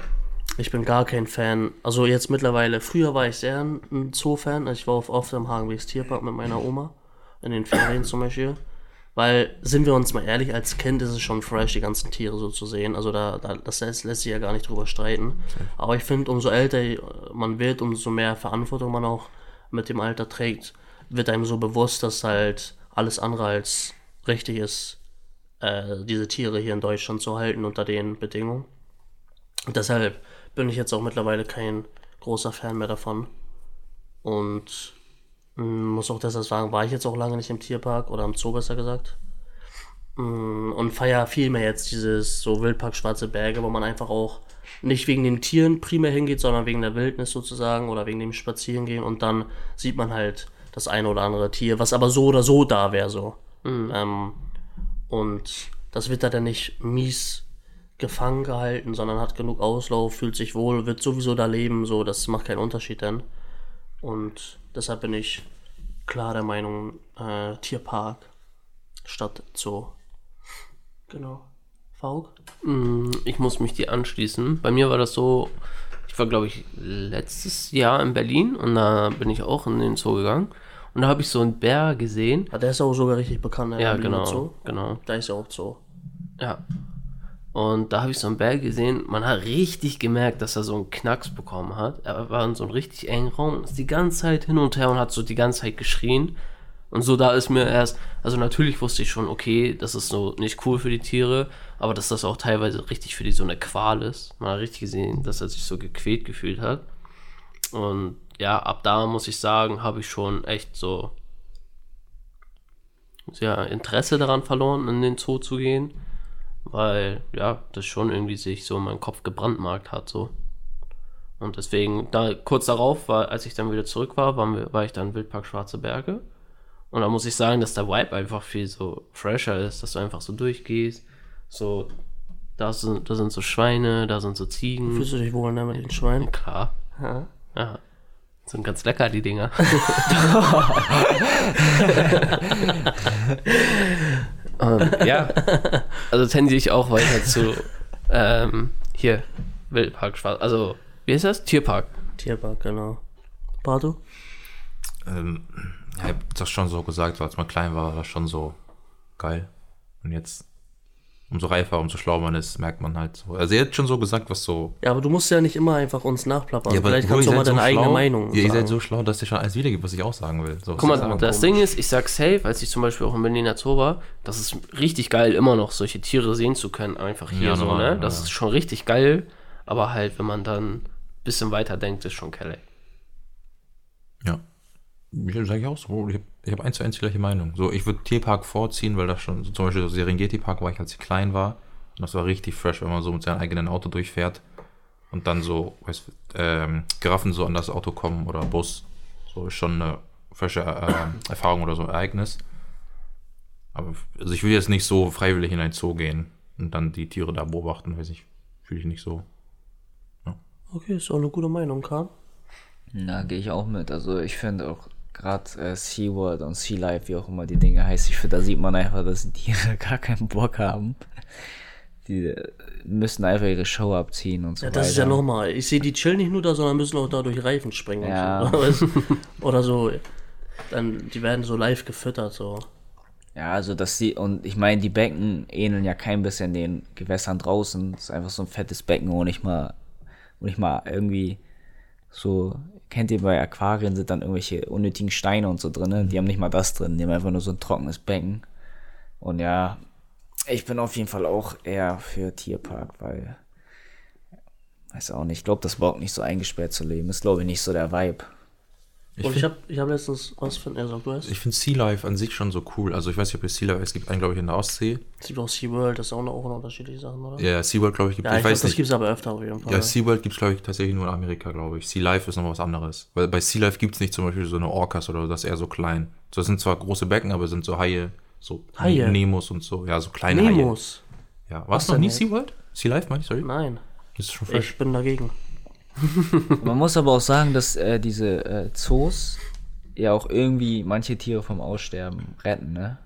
[SPEAKER 3] ich bin gar kein Fan. Also jetzt mittlerweile, früher war ich sehr ein ein Zoo-Fan. Also ich war oft im Hagenwegs Tierpark mit meiner Oma, in den Ferien zum Beispiel. Weil, sind wir uns mal ehrlich, als Kind ist es schon fresh, die ganzen Tiere so zu sehen. Also da, da das lässt, lässt sich ja gar nicht drüber streiten. Aber ich finde, umso älter man wird, umso mehr Verantwortung man auch mit dem Alter trägt, wird einem so bewusst, dass halt alles andere als richtig ist, äh, diese Tiere hier in Deutschland zu halten unter den Bedingungen. Und deshalb bin ich jetzt auch mittlerweile kein großer Fan mehr davon. Und Mm, Muss auch deshalb sagen, war ich jetzt auch lange nicht im Tierpark oder im Zoo besser gesagt. Mm, Und feier viel mehr jetzt dieses so Wildpark Schwarze Berge, wo man einfach auch nicht wegen den Tieren primär hingeht, sondern wegen der Wildnis sozusagen oder wegen dem Spazierengehen und dann sieht man halt das eine oder andere Tier, was aber so oder so da wäre so. Ähm, und das wird da dann nicht mies gefangen gehalten, sondern hat genug Auslauf, fühlt sich wohl, wird sowieso da leben, so, das macht keinen Unterschied dann. Und deshalb bin ich klar der Meinung, äh, Tierpark statt Zoo. Genau. Faug?
[SPEAKER 5] Mm, Ich muss mich dir anschließen. Bei mir war das so, Ich war, glaube ich, letztes Jahr in Berlin und da bin ich auch in den Zoo gegangen. Und da habe ich so einen Bär gesehen.
[SPEAKER 3] Ah, der ist auch sogar richtig bekannt. ne?
[SPEAKER 5] Ja,
[SPEAKER 3] Berliner
[SPEAKER 5] genau.
[SPEAKER 3] Zoo.
[SPEAKER 5] Genau.
[SPEAKER 3] Da ist ja auch Zoo.
[SPEAKER 5] Ja. Und da habe ich so einen Bär gesehen. Man hat richtig gemerkt, dass er so einen Knacks bekommen hat. Er war in so einem richtig engen Raum und ist die ganze Zeit hin und her und hat so die ganze Zeit geschrien. Und so da ist mir erst, also natürlich wusste ich schon, okay, das ist so nicht cool für die Tiere, aber dass das auch teilweise richtig für die so eine Qual ist. Man hat richtig gesehen, dass er sich so gequält gefühlt hat. Und ja, ab da muss ich sagen, habe ich schon echt so ja, Interesse daran verloren, in den Zoo zu gehen weil ja, das schon irgendwie sich so in meinen Kopf gebrandmarkt hat so. Und deswegen, da kurz darauf, war, als ich dann wieder zurück war, waren wir, war ich dann im Wildpark Schwarze Berge. Und da muss ich sagen, dass der Vibe einfach viel so fresher ist, dass du einfach so durchgehst. So, da sind, da sind so Schweine, da sind so Ziegen.
[SPEAKER 3] Fühlst du dich wohl ne, mit den Schweinen?
[SPEAKER 5] Klar.
[SPEAKER 3] Ja.
[SPEAKER 5] Ja. Sind ganz lecker, die Dinger. ähm, ja. Also tendiere ich auch weiter zu ähm, hier, Wildpark Schwarz. Also, wie heißt das? Tierpark.
[SPEAKER 3] Tierpark, genau. Bartu?
[SPEAKER 1] Ähm, ja, ich hab das schon so gesagt, so als man klein war, war das schon so geil. Und jetzt, umso reifer, umso schlauer man ist, merkt man halt so. Also, ihr habt schon so gesagt, was so.
[SPEAKER 3] Ja, aber du musst ja nicht immer einfach uns nachplappern.
[SPEAKER 1] aber
[SPEAKER 3] Vielleicht
[SPEAKER 1] wo
[SPEAKER 3] kannst
[SPEAKER 1] ihr
[SPEAKER 3] du mal
[SPEAKER 1] seid so
[SPEAKER 3] deine eigene
[SPEAKER 1] schlau-
[SPEAKER 3] Meinung
[SPEAKER 1] Ja, ihr
[SPEAKER 3] sagen.
[SPEAKER 1] seid so schlau, dass ihr schon alles wiedergibt, was ich auch sagen will. So,
[SPEAKER 5] Guck
[SPEAKER 1] das
[SPEAKER 5] mal,
[SPEAKER 1] ist
[SPEAKER 5] das Ding ist, ich sag safe, als ich zum Beispiel auch in Berliner Zoo war, das ist richtig geil, immer noch solche Tiere sehen zu können, einfach hier
[SPEAKER 1] Ja,
[SPEAKER 5] so,
[SPEAKER 1] normal,
[SPEAKER 5] ne? Das
[SPEAKER 1] ja.
[SPEAKER 5] ist schon richtig geil, aber halt, wenn man dann ein bisschen weiter denkt, ist schon Kelly.
[SPEAKER 1] Ja. Ja, sag ich auch so. Ich habe ich hab eins zu eins die gleiche Meinung. So, ich würde Tierpark vorziehen, weil das schon, so zum Beispiel so Serengeti Park war ich, als ich klein war. Und das war richtig fresh, wenn man so mit seinem eigenen Auto durchfährt und dann so, weißt du, ähm, Giraffen so an das Auto kommen oder Bus. So ist schon eine frische äh, Erfahrung oder so ein Ereignis. Aber also ich will jetzt nicht so freiwillig in ein Zoo gehen und dann die Tiere da beobachten, weiß ich, fühle ich nicht so.
[SPEAKER 3] Okay, ist auch eine gute Meinung, Karl.
[SPEAKER 4] Na, gehe ich auch mit. Also ich finde auch gerade äh, SeaWorld und Sea Life, wie auch immer die Dinge heißen, ich finde, da sieht man einfach, dass die Tiere gar keinen Bock haben. Die äh, müssen einfach ihre Show abziehen und so
[SPEAKER 3] Ja,
[SPEAKER 4] weiter.
[SPEAKER 3] das ist ja normal. Ich sehe die chillen nicht nur da, sondern müssen auch da durch Reifen springen. und
[SPEAKER 4] Ja.
[SPEAKER 3] so. Weißt du? Oder so. Dann, die werden so live gefüttert, so.
[SPEAKER 4] Ja, also dass sie, und ich meine, die Becken ähneln ja kein bisschen den Gewässern draußen. Das ist einfach so ein fettes Becken, wo nicht mal, wo nicht mal irgendwie so, kennt ihr bei Aquarien sind dann irgendwelche unnötigen Steine und so drin, ne? die haben nicht mal das drin, die haben einfach nur so ein trockenes Becken. Und ja, ich bin auf jeden Fall auch eher für Tierpark, weil, weiß auch nicht, ich glaube, das Bock nicht so eingesperrt zu leben, ist glaube ich nicht so der Vibe.
[SPEAKER 3] Und ich habe ich hab letztens was von, er sagt, du hast?
[SPEAKER 1] Ich finde Sea Life an sich schon so cool. Also ich weiß nicht, ob ihr Sea Life, es gibt einen, glaube ich, in der Ostsee.
[SPEAKER 3] Es gibt auch SeaWorld, das ist auch noch auch noch unterschiedliche Sachen, oder?
[SPEAKER 1] Ja, SeaWorld, glaube ich, gibt
[SPEAKER 3] Ja,
[SPEAKER 1] Ich,
[SPEAKER 3] ich, glaub,
[SPEAKER 1] weiß
[SPEAKER 3] das
[SPEAKER 1] nicht.
[SPEAKER 3] gibt's aber öfter auf jeden Fall.
[SPEAKER 1] Ja, SeaWorld gibt es, glaube ich, tatsächlich nur in Amerika, glaube ich. Sea Life ist noch was anderes. Weil bei Sea Life gibt es nicht zum Beispiel so eine Orcas oder so, das ist eher so klein. So, Das sind zwar große Becken, aber sind so Haie, so
[SPEAKER 3] Haie?
[SPEAKER 1] Nemos und so. Ja, so kleine
[SPEAKER 3] Nemos.
[SPEAKER 1] Haie. Ja, warst du noch
[SPEAKER 3] denn
[SPEAKER 1] nie
[SPEAKER 3] jetzt?
[SPEAKER 1] SeaWorld? Sea Life, meine ich, sorry.
[SPEAKER 3] Nein,
[SPEAKER 1] Das ist schon fresh.
[SPEAKER 3] ich bin dagegen.
[SPEAKER 4] Man muss aber auch sagen, dass äh, diese äh, Zoos ja auch irgendwie manche Tiere vom Aussterben retten, ne?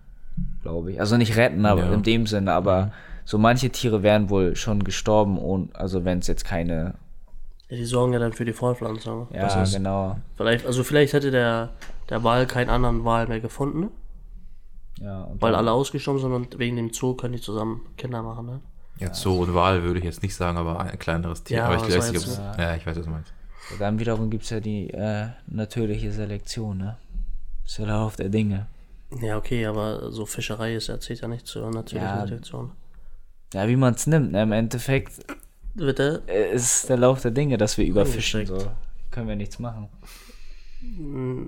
[SPEAKER 4] Glaube ich. Also nicht retten, aber
[SPEAKER 1] Ja.
[SPEAKER 4] in dem Sinne, aber so manche Tiere wären wohl schon gestorben und also wenn es jetzt keine.
[SPEAKER 3] Ja, die sorgen ja dann für die Fortpflanzung.
[SPEAKER 4] Ja, genau.
[SPEAKER 3] Vielleicht, also vielleicht hätte der, der Wal keinen anderen Wal mehr gefunden,
[SPEAKER 4] Ja, und
[SPEAKER 3] weil alle ausgestorben sind und wegen dem Zoo können die zusammen Kinder machen, ne?
[SPEAKER 1] Jetzt so und Wal würde ich jetzt nicht sagen, aber ein kleineres Tier.
[SPEAKER 3] Ja,
[SPEAKER 1] aber ich
[SPEAKER 3] das
[SPEAKER 1] weiß
[SPEAKER 3] war
[SPEAKER 1] nicht,
[SPEAKER 3] jetzt-
[SPEAKER 1] ob's- ja, ich weiß, was du meinst.
[SPEAKER 4] dann wiederum gibt es ja die äh, natürliche Selektion, ne? Ist ja der Lauf der Dinge.
[SPEAKER 3] Ja, okay, aber so Fischerei ist erzählt ja nicht zur natürlichen
[SPEAKER 4] Ja.
[SPEAKER 3] Selektion.
[SPEAKER 4] Ja, wie man es nimmt, ne? Im Endeffekt
[SPEAKER 3] Bitte?
[SPEAKER 4] äh, ist der Lauf der Dinge, dass wir überfischen.
[SPEAKER 3] Angesteckt.
[SPEAKER 4] So. Können wir nichts machen.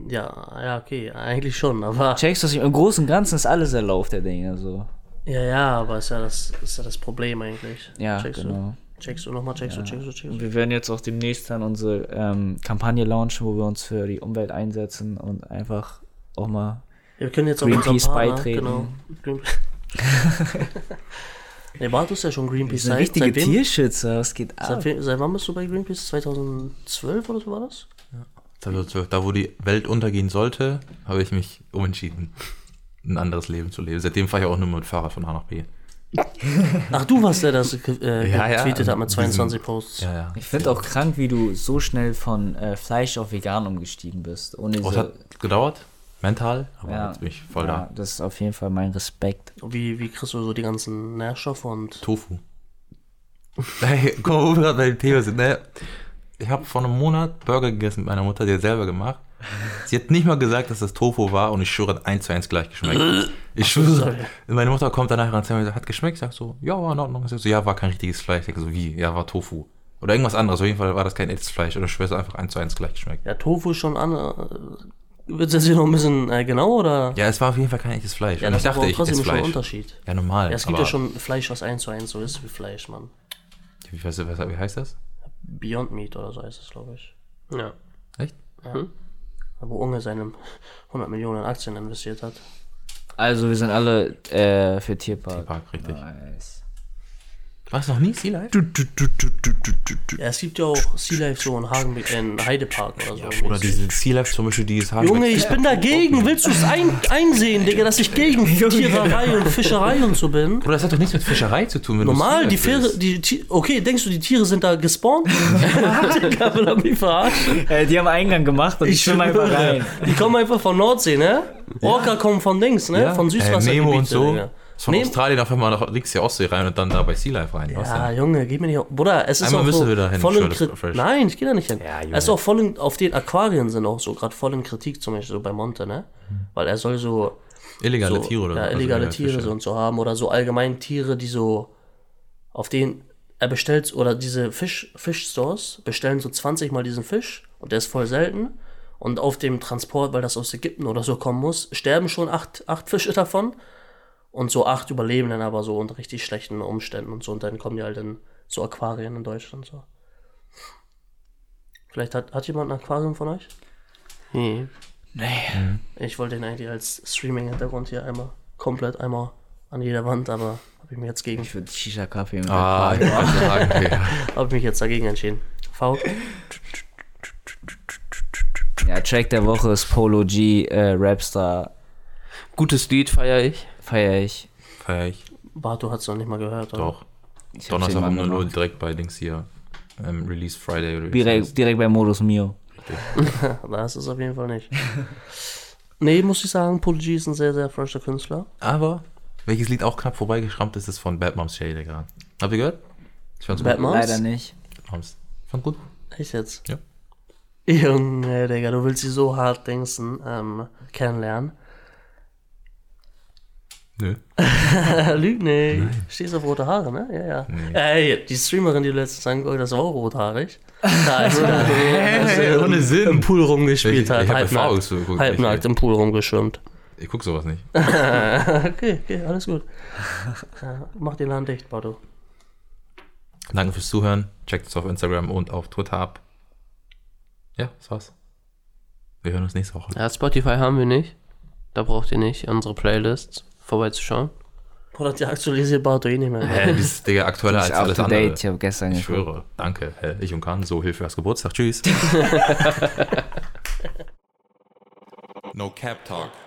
[SPEAKER 3] Ja, ja, okay, eigentlich schon, aber.
[SPEAKER 4] Checkst du, was ich- im Großen und Ganzen ist alles der Lauf der Dinge, so.
[SPEAKER 3] Ja, ja, aber ist ja das, ist ja das Problem eigentlich.
[SPEAKER 4] Ja,
[SPEAKER 3] checkst
[SPEAKER 4] genau.
[SPEAKER 3] du? Checkst du nochmal, checkst du, checkst du, checkst
[SPEAKER 4] Und
[SPEAKER 3] du.
[SPEAKER 4] wir werden jetzt auch demnächst dann unsere ähm, Kampagne launchen, wo wir uns für die Umwelt einsetzen und einfach auch mal.
[SPEAKER 3] Wir können jetzt auch
[SPEAKER 4] Greenpeace
[SPEAKER 3] unseren Partner,
[SPEAKER 4] beitreten.
[SPEAKER 3] Genau. Green nee, Bartu ist ja schon Greenpeace.
[SPEAKER 4] Ein
[SPEAKER 3] seit-
[SPEAKER 4] richtige
[SPEAKER 3] seit wem?
[SPEAKER 4] Tierschützer, was geht ab?
[SPEAKER 3] Seit, wem- seit wann bist du bei Greenpeace? 2012 oder so war das?
[SPEAKER 1] 2012, da wo die Welt untergehen sollte, habe ich mich umentschieden, ein anderes Leben zu leben. Seitdem fahre ich auch nur mit dem Fahrrad von A nach B.
[SPEAKER 3] Ach, du warst der, der das ge- äh,
[SPEAKER 1] Ja, ja,
[SPEAKER 3] getweetet hat mit
[SPEAKER 1] diesen-
[SPEAKER 3] 22 Posts.
[SPEAKER 1] Ja, ja.
[SPEAKER 4] Ich finde auch krank, wie du so schnell von äh, Fleisch auf vegan umgestiegen bist. Ohne
[SPEAKER 1] Oh, es
[SPEAKER 4] so-
[SPEAKER 1] hat gedauert, mental, aber
[SPEAKER 4] Ja.
[SPEAKER 1] jetzt bin ich voll
[SPEAKER 4] ja,
[SPEAKER 1] da.
[SPEAKER 4] das ist auf jeden Fall mein Respekt.
[SPEAKER 3] Wie, wie kriegst du so die ganzen Nährstoffe und
[SPEAKER 1] Tofu. Hey, guck mal, wo wir gerade bei dem Thema sind. Ne? Ich habe vor einem Monat Burger gegessen mit meiner Mutter, die hat selber gemacht. Sie hat nicht mal gesagt, dass das Tofu war und ich schwöre, hat eins zu eins gleich geschmeckt. Ich schwöre, meine Mutter kommt danach ran und sagt, hat geschmeckt? Ich sag so, ja, war in Ordnung. Ich sag so, ja, war kein richtiges Fleisch. Ich sag so, wie? Ja, war Tofu. Oder irgendwas anderes. Auf jeden Fall war das kein echtes Fleisch. Oder ich schwöre, es hat einfach eins zu eins gleich geschmeckt.
[SPEAKER 3] ja, Tofu schon an? Wird das hier noch ein bisschen äh, genau oder?
[SPEAKER 1] Ja, es war auf jeden Fall kein echtes Fleisch. und ich
[SPEAKER 3] das ist
[SPEAKER 1] dachte,
[SPEAKER 3] aber
[SPEAKER 1] ich
[SPEAKER 3] trotzdem
[SPEAKER 1] esse
[SPEAKER 3] schon ein
[SPEAKER 1] Fleisch.
[SPEAKER 3] Unterschied.
[SPEAKER 1] Ja, normal.
[SPEAKER 3] Ja, es gibt
[SPEAKER 1] aber-
[SPEAKER 3] ja schon Fleisch, was eins zu eins so ist wie Fleisch, Mann.
[SPEAKER 1] Wie, weißt du, was, wie heißt das?
[SPEAKER 3] Beyond Meat oder so heißt es, glaube ich.
[SPEAKER 5] Ja.
[SPEAKER 1] Echt?
[SPEAKER 3] Wo Unge seine 100 Millionen in Aktien investiert hat.
[SPEAKER 4] Also wir sind alle äh, für Tierpark.
[SPEAKER 1] Park, richtig.
[SPEAKER 4] Nice.
[SPEAKER 1] Warst du noch nie Sea Life?
[SPEAKER 3] Ja, es gibt ja auch Sea Life so in Hagen, in Heidepark oder so.
[SPEAKER 1] Oder diese also Sea Life zum Beispiel, die ist hart.
[SPEAKER 3] Junge, ich bin dagegen. Willst du es ein, einsehen, Digga, dass ich gegen Tiererei und Fischerei und so bin?
[SPEAKER 1] Oder das hat doch nichts mit Fischerei zu tun. Wenn du
[SPEAKER 3] Normal,
[SPEAKER 1] Sea
[SPEAKER 3] die
[SPEAKER 1] Life
[SPEAKER 3] Fähre,
[SPEAKER 1] bist.
[SPEAKER 3] die Ti- Okay, denkst du, die Tiere sind da gespawnt? Digga, will er mich verarschen?
[SPEAKER 4] Äh, die haben Eingang gemacht und ich schwimme einfach rein.
[SPEAKER 3] Die kommen einfach von Nordsee, ne? Orca kommen von links, ne?
[SPEAKER 1] Ja.
[SPEAKER 3] Von Süßwasser.
[SPEAKER 1] Äh, Nemo und so.
[SPEAKER 3] Digga.
[SPEAKER 1] Ist von
[SPEAKER 3] Nemo-
[SPEAKER 1] Australien auf einmal nach links der Ostsee rein und dann da bei Sea Life rein. Was
[SPEAKER 3] Ja,
[SPEAKER 1] denn?
[SPEAKER 3] Junge, geh mir nicht auf. Bruder, es ist
[SPEAKER 1] Einmal
[SPEAKER 3] auch
[SPEAKER 1] müssen
[SPEAKER 3] so
[SPEAKER 1] wir da hin,
[SPEAKER 3] voll in
[SPEAKER 1] Schulter Fresh.
[SPEAKER 3] Kritik. Nein, ich geh da nicht hin.
[SPEAKER 1] Ja, Junge.
[SPEAKER 3] es ist auch voll in, auf den Aquarien sind auch so gerade voll in Kritik, zum Beispiel so bei Monte, ne?
[SPEAKER 1] Hm.
[SPEAKER 3] Weil er soll so,
[SPEAKER 1] Illegale
[SPEAKER 3] so
[SPEAKER 1] Tiere oder
[SPEAKER 3] ja,
[SPEAKER 1] also
[SPEAKER 3] illegale
[SPEAKER 1] Fische.
[SPEAKER 3] Tiere so und so haben oder so allgemein Tiere, die so auf den er bestellt oder diese Fisch Fischstores bestellen so 20 mal diesen Fisch und der ist voll selten und auf dem Transport, weil das aus Ägypten oder so kommen muss, sterben schon acht, acht Fische davon und so acht überleben dann aber so unter richtig schlechten Umständen und so. Und dann kommen die halt in so Aquarien in Deutschland so. Vielleicht hat, hat jemand ein Aquarium von euch?
[SPEAKER 5] Nee.
[SPEAKER 3] Ich wollte ihn eigentlich als Streaming-Hintergrund hier einmal komplett einmal an jeder Wand, aber habe ich mich jetzt gegen,
[SPEAKER 4] Ich würde Shisha-Kaffee mit
[SPEAKER 1] Ah, ich wollte sagen, okay.
[SPEAKER 3] habe mich jetzt dagegen entschieden. V.
[SPEAKER 4] Ja, Track der Woche ist Polo G, äh, Rapstar,
[SPEAKER 5] Gutes Lied feiere ich.
[SPEAKER 4] feier ich.
[SPEAKER 1] Feier ich
[SPEAKER 3] Bartu hat es noch nicht mal gehört, oder?
[SPEAKER 1] doch.
[SPEAKER 4] ich hab's
[SPEAKER 1] Donnerstag um
[SPEAKER 4] irgendwann
[SPEAKER 1] 0 Uhr
[SPEAKER 4] gemacht.
[SPEAKER 1] direkt bei Dings hier. Ähm, Release Friday oder wie das heißt.
[SPEAKER 4] Direkt, direkt bei Modus Mio.
[SPEAKER 3] Da ist es auf jeden Fall nicht. nee, muss ich sagen, Polo G ist ein sehr, sehr frischer Künstler.
[SPEAKER 1] Aber welches Lied auch knapp vorbeigeschrammt ist, ist von Bad Moms Shady gerade. Habt ihr gehört? Ich fand's
[SPEAKER 3] Bad
[SPEAKER 1] gut.
[SPEAKER 3] Moms?
[SPEAKER 4] Leider nicht.
[SPEAKER 1] Bad Moms. Fand gut.
[SPEAKER 3] Ich jetzt?
[SPEAKER 1] Ja.
[SPEAKER 3] Junge, Digga, du willst sie so hart dingsen, ähm, kennenlernen.
[SPEAKER 1] Nö.
[SPEAKER 3] Äh, Lüg nicht. Stehst auf rote Haare, ne? Ja, ja. Ey, die Streamerin, die du letztens angeguckt hast, war auch rothaarig. Da ist sie da
[SPEAKER 1] Hey, ohne Sinn.
[SPEAKER 3] im Pool rumgespielt
[SPEAKER 1] Ich-
[SPEAKER 3] hat.
[SPEAKER 1] ich hab
[SPEAKER 3] halbnackt-
[SPEAKER 1] Erfahrung zu gucken.
[SPEAKER 3] Halbnackt im Pool rumgeschwimmt.
[SPEAKER 1] Ich guck sowas nicht.
[SPEAKER 3] Okay, okay, alles gut. Ja, Mach den Laden dicht, Bardo.
[SPEAKER 1] Danke fürs Zuhören. Checkt uns auf Instagram und auf Twitter ab. Ja, das war's. Wir hören uns nächste Woche.
[SPEAKER 5] Ja, Spotify haben wir nicht. Da braucht ihr nicht unsere Playlists vorbeizuschauen.
[SPEAKER 3] Bruder, die aktualisiert Bardo eh nicht mehr.
[SPEAKER 1] Hä, das Äh, ist Digga aktueller als
[SPEAKER 4] Ist up
[SPEAKER 1] alles
[SPEAKER 4] to
[SPEAKER 1] andere.
[SPEAKER 4] date, ich habe gestern
[SPEAKER 1] Ich
[SPEAKER 4] geguckt.
[SPEAKER 1] schwöre. Danke. Hä, Ich und Kahn, so Hilfe fürs Geburtstag. Tschüss. no Cap Talk.